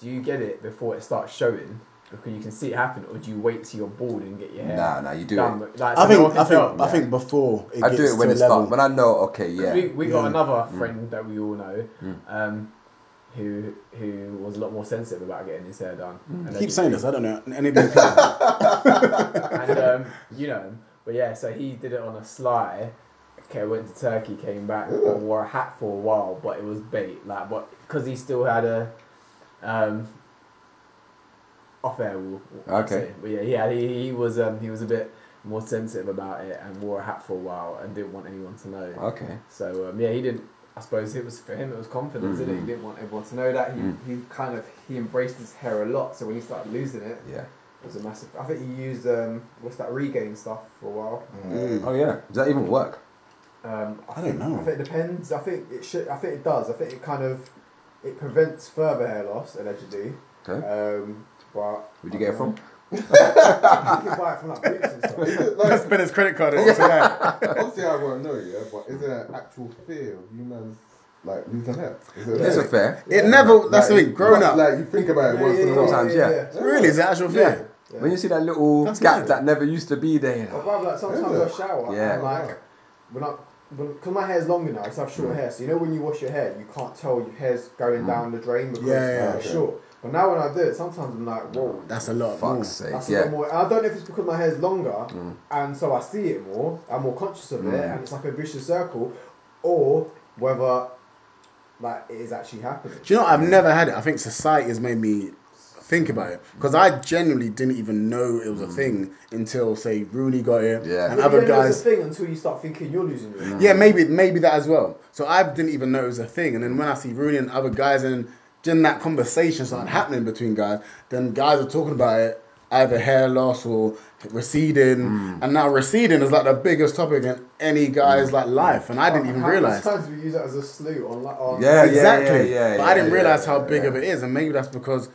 [SPEAKER 2] do you get it before it starts showing because you can see it happen, or do you wait till you're bald and get your hair?
[SPEAKER 1] Nah, nah, you do
[SPEAKER 2] done
[SPEAKER 1] it.
[SPEAKER 2] with- Like,
[SPEAKER 4] I
[SPEAKER 2] so no one
[SPEAKER 4] think
[SPEAKER 2] can
[SPEAKER 4] I
[SPEAKER 2] tell.
[SPEAKER 4] think I think before it
[SPEAKER 1] I
[SPEAKER 4] gets
[SPEAKER 1] do it when
[SPEAKER 4] to
[SPEAKER 1] it's
[SPEAKER 4] a level.
[SPEAKER 1] done. When I know, okay,
[SPEAKER 2] we,
[SPEAKER 1] yeah. Mm.
[SPEAKER 2] we got
[SPEAKER 4] Mm.
[SPEAKER 2] another friend that we all know um, who who was a lot more sensitive about getting his hair done.
[SPEAKER 1] Mm.
[SPEAKER 2] And
[SPEAKER 4] Keep
[SPEAKER 2] then-
[SPEAKER 4] saying this. I don't know anybody. can-
[SPEAKER 2] and um, you know him. But yeah, so he did it on a sly. Okay, went to Turkey, came back,
[SPEAKER 3] Ooh.
[SPEAKER 2] wore a hat for a while, but it was bait. Like, but because he still had a um, off air wall. I'd
[SPEAKER 1] Okay.
[SPEAKER 2] say. But yeah, he had, he, he was um, he was a bit more sensitive about it and wore a hat for a while and didn't want anyone to know.
[SPEAKER 1] Okay.
[SPEAKER 2] So um, yeah, he didn't. I suppose it was for him. It was confidence,
[SPEAKER 1] Mm-hmm.
[SPEAKER 2] didn't it? He didn't want everyone to know that.
[SPEAKER 6] He,
[SPEAKER 1] Mm.
[SPEAKER 6] he kind of he embraced his hair a lot, so when he started losing it,
[SPEAKER 1] Yeah.
[SPEAKER 6] it was a massive. I think he used um, what's that regain stuff for a while.
[SPEAKER 1] Oh yeah. Does that even work?
[SPEAKER 6] Um, I,
[SPEAKER 4] I
[SPEAKER 6] think,
[SPEAKER 4] don't know.
[SPEAKER 6] I think it depends. I think it should. I think it does. I think it kind of it prevents further hair loss allegedly.
[SPEAKER 1] Okay.
[SPEAKER 4] Uh,
[SPEAKER 6] Um, but
[SPEAKER 1] Where'd you get it from?
[SPEAKER 6] You can buy it from like Boots and stuff.
[SPEAKER 3] Is it like,
[SPEAKER 4] Spend his credit card. It's yeah.
[SPEAKER 3] obviously, I won't know, yeah. But is there an actual fear of humans like losing hair? Is it
[SPEAKER 1] It's a fair.
[SPEAKER 4] It never. That's the
[SPEAKER 3] Like,
[SPEAKER 4] thing. Growing
[SPEAKER 3] like,
[SPEAKER 4] up,
[SPEAKER 3] like you think about it once in a while.
[SPEAKER 1] Sometimes, yeah.
[SPEAKER 4] really, is the actual thing.
[SPEAKER 3] Yeah.
[SPEAKER 6] Yeah.
[SPEAKER 1] When you see that little
[SPEAKER 4] That's Oh,
[SPEAKER 1] gap
[SPEAKER 4] mad.
[SPEAKER 1] that never used to be there, you
[SPEAKER 6] But
[SPEAKER 1] know.
[SPEAKER 6] rather, like sometimes
[SPEAKER 3] Yeah.
[SPEAKER 6] I shower
[SPEAKER 1] Yeah.
[SPEAKER 6] and like when I because my hair's longer now, I just have
[SPEAKER 4] Mm.
[SPEAKER 6] short hair. So you know when you wash your hair, you can't tell your hair's going down the drain because
[SPEAKER 4] Yeah, yeah,
[SPEAKER 6] it's like
[SPEAKER 3] okay.
[SPEAKER 6] short. But now when I do it, sometimes I'm like, whoa.
[SPEAKER 4] That's a lot. more.
[SPEAKER 1] fuck's sake.
[SPEAKER 6] That's a lot
[SPEAKER 1] Yeah. Mm.
[SPEAKER 6] more. And I don't know if it's because my hair's longer, and so I see it more. I'm more conscious of it, and it's like a vicious circle, or whether like it is actually happening.
[SPEAKER 4] Do you know? I've never had it. I think society has made me think about it because I genuinely didn't even know it was a thing until, say, Rooney got it
[SPEAKER 1] Yeah.
[SPEAKER 4] and
[SPEAKER 6] But
[SPEAKER 4] other
[SPEAKER 6] you don't know
[SPEAKER 4] guys.
[SPEAKER 6] it's a thing until you start thinking you're losing
[SPEAKER 1] Mm.
[SPEAKER 6] your. hair.
[SPEAKER 4] Yeah, maybe maybe that as well. So I didn't even know it was a thing, and then when I see Rooney and other guys, and then that conversation started happening between guys, then guys are talking about it, either hair loss or receding,
[SPEAKER 1] Mm.
[SPEAKER 4] and now receding is like the biggest topic in any guy's like life, and I didn't even
[SPEAKER 2] How many
[SPEAKER 4] realize.
[SPEAKER 2] times we use that as a slew on like on
[SPEAKER 1] Yeah, yeah, yeah,
[SPEAKER 4] exactly.
[SPEAKER 1] yeah,
[SPEAKER 4] but
[SPEAKER 1] yeah,
[SPEAKER 4] I didn't
[SPEAKER 1] yeah,
[SPEAKER 4] realize how
[SPEAKER 1] yeah,
[SPEAKER 4] big
[SPEAKER 1] yeah.
[SPEAKER 4] of it is, and maybe that's because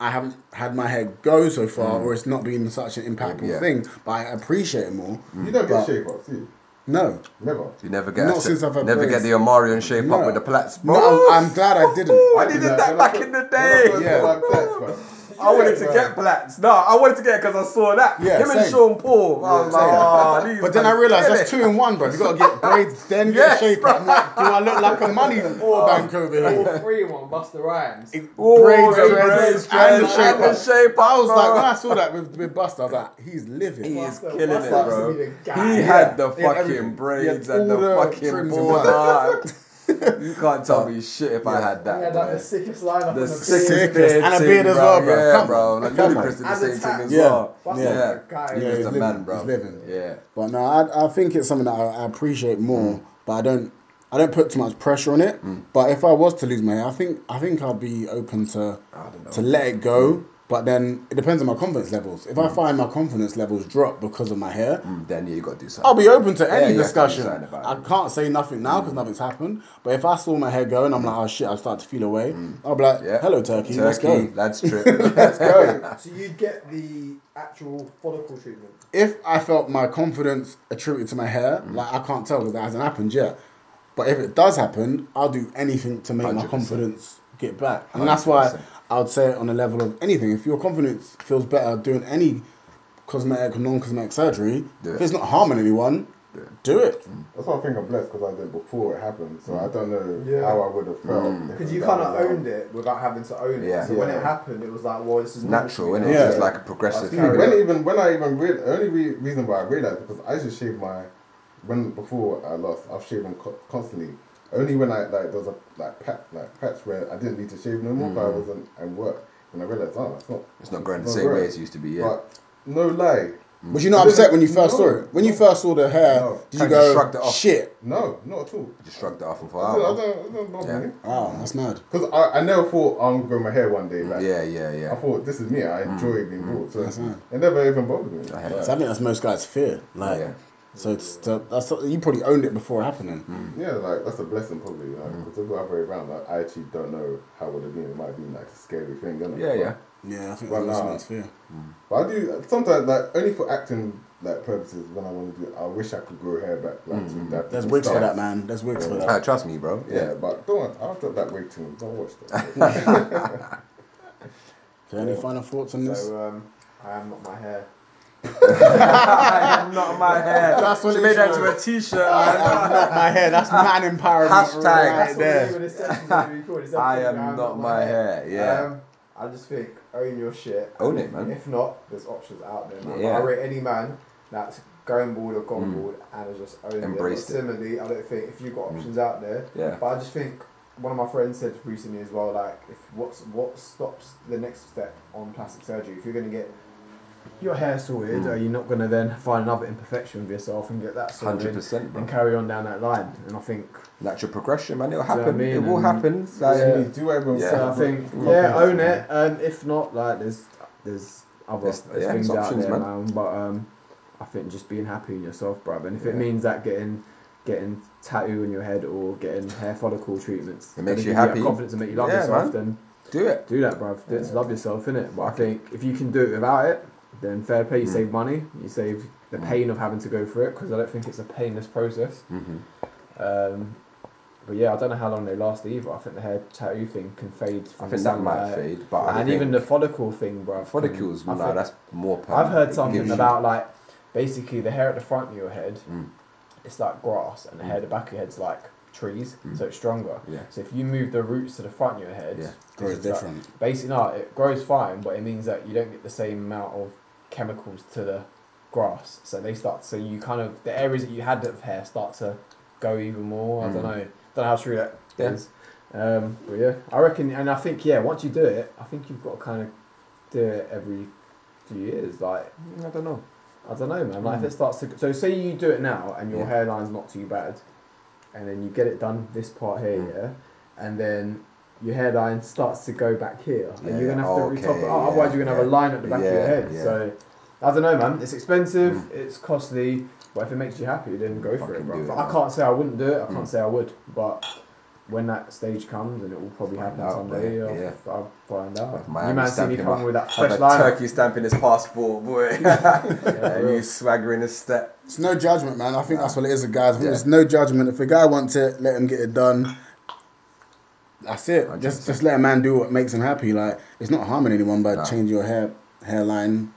[SPEAKER 4] I haven't had my hair go so far, or it's not been such an impactful
[SPEAKER 1] Mm. Yeah. Mm.
[SPEAKER 4] thing. But I appreciate it more.
[SPEAKER 3] You don't get
[SPEAKER 4] But-
[SPEAKER 3] shape ups, do you?
[SPEAKER 4] No,
[SPEAKER 3] Never.
[SPEAKER 1] You never get
[SPEAKER 4] Not
[SPEAKER 1] a,
[SPEAKER 4] since I've had
[SPEAKER 1] never
[SPEAKER 4] braids.
[SPEAKER 1] get the Omarion shape
[SPEAKER 4] No.
[SPEAKER 1] up with the plaits.
[SPEAKER 4] no, I'm, I'm glad I didn't.
[SPEAKER 1] I did
[SPEAKER 3] Like,
[SPEAKER 1] that
[SPEAKER 3] when I
[SPEAKER 1] back
[SPEAKER 3] fir-
[SPEAKER 1] in the
[SPEAKER 3] when I
[SPEAKER 1] day.
[SPEAKER 3] first got
[SPEAKER 4] Yeah.
[SPEAKER 3] my plaits, bruv.
[SPEAKER 1] I wanted to
[SPEAKER 3] Yeah,
[SPEAKER 1] get
[SPEAKER 3] bruv.
[SPEAKER 1] plaits. No, I wanted to get it because I saw that.
[SPEAKER 4] Yeah,
[SPEAKER 1] Him and
[SPEAKER 4] same.
[SPEAKER 1] Sean Paul. I was like,
[SPEAKER 4] Yeah, same.
[SPEAKER 1] "Ah, these
[SPEAKER 4] But then I
[SPEAKER 1] guys
[SPEAKER 4] realised
[SPEAKER 1] kill
[SPEAKER 4] that's
[SPEAKER 1] it."
[SPEAKER 4] two in one, bro. You gotta get braids, then
[SPEAKER 1] Yes,
[SPEAKER 4] get a shape. up. I'm like, do I look like a money bank over here?
[SPEAKER 5] All three in one, Buster Rhymes.
[SPEAKER 1] Oh,
[SPEAKER 4] braids,
[SPEAKER 1] the
[SPEAKER 4] dreads,
[SPEAKER 1] braids,
[SPEAKER 4] and the
[SPEAKER 1] dreads,
[SPEAKER 4] shape.
[SPEAKER 1] and the
[SPEAKER 4] up.
[SPEAKER 1] shape
[SPEAKER 4] I was
[SPEAKER 1] up,
[SPEAKER 4] like,
[SPEAKER 1] bro.
[SPEAKER 4] when I saw that with, with Buster, I was like, he's living.
[SPEAKER 1] He is
[SPEAKER 2] Buster-
[SPEAKER 1] killing it,
[SPEAKER 2] Buster used to
[SPEAKER 1] bro.
[SPEAKER 2] be the guy.
[SPEAKER 1] He
[SPEAKER 2] Yeah.
[SPEAKER 1] had the
[SPEAKER 4] He had
[SPEAKER 1] fucking
[SPEAKER 4] everything.
[SPEAKER 1] braids
[SPEAKER 4] He had
[SPEAKER 1] and the
[SPEAKER 4] all the
[SPEAKER 1] fucking
[SPEAKER 4] trims and
[SPEAKER 1] border. you can't tell me shit if I had
[SPEAKER 2] Yeah,
[SPEAKER 1] that,
[SPEAKER 2] that
[SPEAKER 1] bro.
[SPEAKER 2] the sickest lineup on
[SPEAKER 1] The
[SPEAKER 2] the
[SPEAKER 1] sickest
[SPEAKER 4] sickest
[SPEAKER 2] field.
[SPEAKER 1] beard
[SPEAKER 4] and a
[SPEAKER 1] thing,
[SPEAKER 4] beard as
[SPEAKER 1] bro.
[SPEAKER 4] well, bro.
[SPEAKER 1] Yeah,
[SPEAKER 4] Come
[SPEAKER 1] bro.
[SPEAKER 4] on.
[SPEAKER 1] Like
[SPEAKER 4] Come
[SPEAKER 1] Ludacris did the
[SPEAKER 2] on.
[SPEAKER 1] same thing
[SPEAKER 2] And the
[SPEAKER 1] as
[SPEAKER 4] tap.
[SPEAKER 1] well.
[SPEAKER 2] Yeah.
[SPEAKER 1] Yeah,
[SPEAKER 2] Yeah. Yeah,
[SPEAKER 1] he
[SPEAKER 4] he's
[SPEAKER 1] was the
[SPEAKER 4] living.
[SPEAKER 1] man, bro.
[SPEAKER 4] He's living.
[SPEAKER 1] Yeah.
[SPEAKER 4] But no, I, I think it's something that I, I appreciate more, but I don't I don't put too much pressure on it. But if I was to lose my hair, I think I think I'd be open to
[SPEAKER 1] don't know.
[SPEAKER 4] to let it go. But then it depends on my confidence levels. If I find my confidence levels drop because of my hair,
[SPEAKER 1] Mm, Then yeah, you got to do something.
[SPEAKER 4] I'll be open to
[SPEAKER 1] Yeah,
[SPEAKER 4] any
[SPEAKER 1] you have to do
[SPEAKER 4] discussion.
[SPEAKER 1] something about
[SPEAKER 4] I
[SPEAKER 1] it.
[SPEAKER 4] can't say nothing now because nothing's happened. But if I saw my hair go and I'm like, oh shit, I start to feel away. I'll be like,
[SPEAKER 1] Mm. Yeah.
[SPEAKER 4] Oh, hello turkey, let's
[SPEAKER 1] Turkey,
[SPEAKER 4] go.
[SPEAKER 1] lads trip.
[SPEAKER 2] So, so you'd get the actual follicle treatment.
[SPEAKER 4] if I felt my confidence attributed to my hair,
[SPEAKER 1] Mm.
[SPEAKER 4] like I can't tell because that hasn't happened yet. But if it does happen, I'll do anything to make my
[SPEAKER 1] 100%.
[SPEAKER 4] confidence get back. And that's why
[SPEAKER 1] 100%.
[SPEAKER 4] I would say it on the level of anything. If your confidence feels better doing any cosmetic or non cosmetic surgery,
[SPEAKER 1] Do
[SPEAKER 4] if
[SPEAKER 1] it.
[SPEAKER 4] it's not harming anyone,
[SPEAKER 1] Do it. Mm.
[SPEAKER 4] do it.
[SPEAKER 3] That's why I think I'm blessed because I did before it happened, so I don't know
[SPEAKER 2] Yeah.
[SPEAKER 3] how I would
[SPEAKER 1] Mm.
[SPEAKER 3] have felt. if
[SPEAKER 2] Because you
[SPEAKER 3] that
[SPEAKER 2] kind of
[SPEAKER 3] was out.
[SPEAKER 2] owned it without having to own it.
[SPEAKER 1] Yeah.
[SPEAKER 2] So when
[SPEAKER 3] Yeah.
[SPEAKER 2] it happened, it was like, well, this is
[SPEAKER 1] Natural,
[SPEAKER 2] normal to
[SPEAKER 1] innit?
[SPEAKER 2] me
[SPEAKER 1] It's
[SPEAKER 2] now.
[SPEAKER 4] Yeah.
[SPEAKER 1] just like a progressive.
[SPEAKER 2] Yeah.
[SPEAKER 1] thing.
[SPEAKER 3] When even when I even real the only re- reason why I realized because I used to shave my when before I lost I've shaven co- constantly. Only when I like there was a like patch like patch where I didn't need to shave no more, but I wasn't at work, and I realized oh that's not
[SPEAKER 1] Mm. It's not growing the
[SPEAKER 3] it's
[SPEAKER 1] same way
[SPEAKER 3] growing.
[SPEAKER 1] as it used to be, yeah.
[SPEAKER 3] But no lie,
[SPEAKER 4] Was you not
[SPEAKER 3] No,
[SPEAKER 4] upset when you first
[SPEAKER 3] no,
[SPEAKER 4] saw it? When you
[SPEAKER 3] no.
[SPEAKER 4] first saw the hair,
[SPEAKER 3] No.
[SPEAKER 4] did
[SPEAKER 1] I
[SPEAKER 4] you
[SPEAKER 1] just
[SPEAKER 4] go,
[SPEAKER 1] shrugged it off.
[SPEAKER 4] shit?
[SPEAKER 3] no, not at all.
[SPEAKER 1] You shrugged it off and
[SPEAKER 3] I
[SPEAKER 1] thought, oh,
[SPEAKER 3] don't, I
[SPEAKER 1] well.
[SPEAKER 3] don't, I don't bother
[SPEAKER 1] Yeah.
[SPEAKER 3] me.
[SPEAKER 4] Wow, Oh, that's mad.
[SPEAKER 3] Because I, I never thought I'm going to grow my hair one day. Like,
[SPEAKER 1] yeah, yeah, yeah.
[SPEAKER 3] I thought this is me. I enjoy being bald, so
[SPEAKER 4] right.
[SPEAKER 3] it never even bothered me.
[SPEAKER 1] Mm, I hear
[SPEAKER 4] So I
[SPEAKER 1] that.
[SPEAKER 4] think that's most guys' fear. Like,
[SPEAKER 1] Yeah.
[SPEAKER 4] so it's to, that's you probably owned it before happening.
[SPEAKER 3] Yeah, like that's a blessing probably. Like,
[SPEAKER 1] Mm.
[SPEAKER 3] Because if the other way around, like, I actually don't know how it would have been. It might have been like a scary thing, innit?
[SPEAKER 1] Yeah, yeah.
[SPEAKER 4] Yeah, I think
[SPEAKER 3] Well,
[SPEAKER 4] that's
[SPEAKER 3] nah.
[SPEAKER 4] most fear.
[SPEAKER 3] But I do sometimes like only for acting like purposes when I want to do. I wish I could grow hair back. Like
[SPEAKER 1] Mm,
[SPEAKER 3] to that.
[SPEAKER 4] There's
[SPEAKER 3] to
[SPEAKER 4] wigs for
[SPEAKER 3] style.
[SPEAKER 4] that, man. There's wigs for
[SPEAKER 1] Ah,
[SPEAKER 4] that.
[SPEAKER 1] trust me, bro.
[SPEAKER 3] Yeah, but don't. worry, I'll drop that wig to him. Don't watch that.
[SPEAKER 4] Okay, any final thoughts on this?
[SPEAKER 2] So um, I am not my hair.
[SPEAKER 1] I am not my hair.
[SPEAKER 4] That's what
[SPEAKER 1] she
[SPEAKER 4] it
[SPEAKER 1] made that
[SPEAKER 4] is,
[SPEAKER 1] into
[SPEAKER 4] man.
[SPEAKER 1] a t-shirt, man.
[SPEAKER 4] not my hair. That's man empowerment.
[SPEAKER 1] Hashtag.
[SPEAKER 4] Right
[SPEAKER 2] That's what we do
[SPEAKER 4] there.
[SPEAKER 2] in this session, so we record this
[SPEAKER 1] I
[SPEAKER 2] episode, I
[SPEAKER 1] am not my hair. Yeah.
[SPEAKER 2] Um, I just think own your shit.
[SPEAKER 1] Own it, man.
[SPEAKER 2] If not, there's options out there, man.
[SPEAKER 1] Yeah. Hmm.
[SPEAKER 2] I rate any man that's going bald or gone bald and has just owned
[SPEAKER 1] Embraced
[SPEAKER 2] it.
[SPEAKER 1] it. Hmm.
[SPEAKER 2] But Similarly, I don't think if you've got options out there.
[SPEAKER 1] Yeah.
[SPEAKER 2] But I just think one of my friends said recently as well, like, if what's what stops the next step on plastic surgery? If you're gonna get your hair sorted,
[SPEAKER 1] Hmm.
[SPEAKER 2] are you not gonna then find another imperfection for yourself and get that sorted
[SPEAKER 1] 100%, bro.
[SPEAKER 2] and carry on down that line? And I think
[SPEAKER 1] Natural progression, man. It'll
[SPEAKER 2] what I
[SPEAKER 1] happen.
[SPEAKER 2] mean?
[SPEAKER 1] It will
[SPEAKER 2] And-
[SPEAKER 1] happen. Like,
[SPEAKER 2] Yeah.
[SPEAKER 3] Please do everyone.
[SPEAKER 1] Yeah.
[SPEAKER 2] so I
[SPEAKER 3] celebrate.
[SPEAKER 2] think
[SPEAKER 3] Confidence,
[SPEAKER 2] yeah, own
[SPEAKER 3] man.
[SPEAKER 2] it. Um, if not, like there's there's other
[SPEAKER 1] There's-
[SPEAKER 2] there's,
[SPEAKER 1] yeah,
[SPEAKER 2] things
[SPEAKER 1] there's
[SPEAKER 2] out
[SPEAKER 1] options,
[SPEAKER 2] there,
[SPEAKER 1] man.
[SPEAKER 2] man. But um, I think just being happy in yourself, bruv. And if it means that getting getting tattoo on your head or getting hair follicle treatments,
[SPEAKER 1] It makes
[SPEAKER 2] gonna
[SPEAKER 1] you
[SPEAKER 2] give that
[SPEAKER 1] happy.
[SPEAKER 2] confidence to make you love
[SPEAKER 1] Yeah,
[SPEAKER 2] yourself,
[SPEAKER 1] man.
[SPEAKER 2] then
[SPEAKER 1] do it.
[SPEAKER 2] do that, bruv. Just love yourself, innit? But I think if you can do it without it, then fair play.
[SPEAKER 1] Hmm.
[SPEAKER 2] You save money. You save the pain of having to go through it because I don't think it's a painless process.
[SPEAKER 1] Mhm.
[SPEAKER 2] Um, but yeah, I don't know how long they last either. I think the hair tattoo thing can fade. From
[SPEAKER 1] I think
[SPEAKER 2] the
[SPEAKER 1] that might
[SPEAKER 2] sunlight.
[SPEAKER 1] fade, but I
[SPEAKER 2] And
[SPEAKER 1] think
[SPEAKER 2] even the follicle thing, bruv.
[SPEAKER 1] follicles,
[SPEAKER 2] can- I
[SPEAKER 1] nah,
[SPEAKER 2] think-
[SPEAKER 1] that's more permanent.
[SPEAKER 2] I've heard
[SPEAKER 1] It
[SPEAKER 2] something
[SPEAKER 1] gives you- Mm.
[SPEAKER 2] about like basically the hair at the front of your head, it's like grass, and the hair at the back of your head's like trees, so it's stronger.
[SPEAKER 1] Mm. Yeah.
[SPEAKER 2] So if you move the roots to the front of your head,
[SPEAKER 1] Yeah.
[SPEAKER 4] Grows
[SPEAKER 2] it's like-
[SPEAKER 4] different.
[SPEAKER 2] basically, no, it grows fine, but it means that you don't get the same amount of chemicals to the grass. So they start, so you kind of the areas that you had of hair start to go even more. I don't know, don't know how true that
[SPEAKER 1] Mm.
[SPEAKER 2] is.
[SPEAKER 1] Yeah.
[SPEAKER 2] Um, but yeah, I reckon, and I think yeah, once you do it, I think you've got to kind of do it every few years, like.
[SPEAKER 1] I don't know.
[SPEAKER 2] I don't know, man. Like if it starts to so, say you do it now and your
[SPEAKER 1] Hmm. Yeah.
[SPEAKER 2] hairline's not too bad, and then you get it done this part here, yeah, and then your hairline starts to go back here,
[SPEAKER 1] Yeah,
[SPEAKER 2] and you're gonna have to
[SPEAKER 1] okay,
[SPEAKER 2] retop it. up,
[SPEAKER 1] yeah,
[SPEAKER 2] Otherwise, you're gonna have a
[SPEAKER 1] yeah.
[SPEAKER 2] line at the back of your
[SPEAKER 1] Yeah,
[SPEAKER 2] head.
[SPEAKER 1] yeah. Hmm.
[SPEAKER 2] So I don't know, man. It's expensive. It's costly. But if it makes you happy, then go for
[SPEAKER 1] Fucking do
[SPEAKER 2] it, bro.
[SPEAKER 1] it,
[SPEAKER 2] I
[SPEAKER 1] man. Hmm.
[SPEAKER 2] can't say I wouldn't do it. I can't say I would. But when that stage comes, and it will probably happen
[SPEAKER 1] out,
[SPEAKER 2] someday,
[SPEAKER 1] bro.
[SPEAKER 2] I'll,
[SPEAKER 1] Yeah.
[SPEAKER 2] I'll find out.
[SPEAKER 1] Miami
[SPEAKER 2] you man see me
[SPEAKER 1] stamping
[SPEAKER 2] coming
[SPEAKER 1] my-
[SPEAKER 2] with that
[SPEAKER 1] Have
[SPEAKER 2] fresh
[SPEAKER 1] a
[SPEAKER 2] line.
[SPEAKER 1] turkey stamping his passport, boy. and
[SPEAKER 2] real.
[SPEAKER 1] you swaggering his step.
[SPEAKER 4] It's no judgment, man. I think that's what it is, guys. I think There's no judgment. If a guy wants it, let him get it done. That's it. Just just let a man do what makes him happy. Like it's not harming anyone by changing your hair hairline.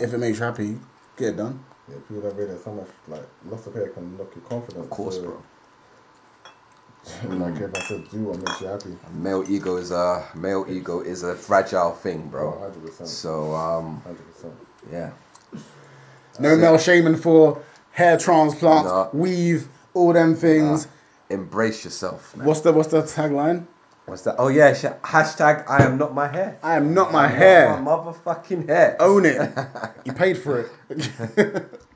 [SPEAKER 4] If it makes you happy, get it done.
[SPEAKER 3] Yeah, people don't realize how much like lots of hair can knock your confidence.
[SPEAKER 1] Of course,
[SPEAKER 3] so,
[SPEAKER 1] bro. Mm.
[SPEAKER 3] Like if I said, do what makes you happy.
[SPEAKER 1] Male ego is a male ego is a fragile thing,
[SPEAKER 3] Oh,
[SPEAKER 1] bro.
[SPEAKER 3] 100%.
[SPEAKER 1] So um,
[SPEAKER 3] 100%.
[SPEAKER 1] yeah.
[SPEAKER 4] No male shaming for hair transplant,
[SPEAKER 1] Nah.
[SPEAKER 4] weave, all them things.
[SPEAKER 1] Embrace yourself, man.
[SPEAKER 4] What's the what's the tagline?
[SPEAKER 1] What's that? Oh yeah, sh- hashtag I am not my hair.
[SPEAKER 4] I am not my
[SPEAKER 1] I'm
[SPEAKER 4] hair. Oh,
[SPEAKER 1] not my motherfucking hair.
[SPEAKER 4] Own it. you paid for it.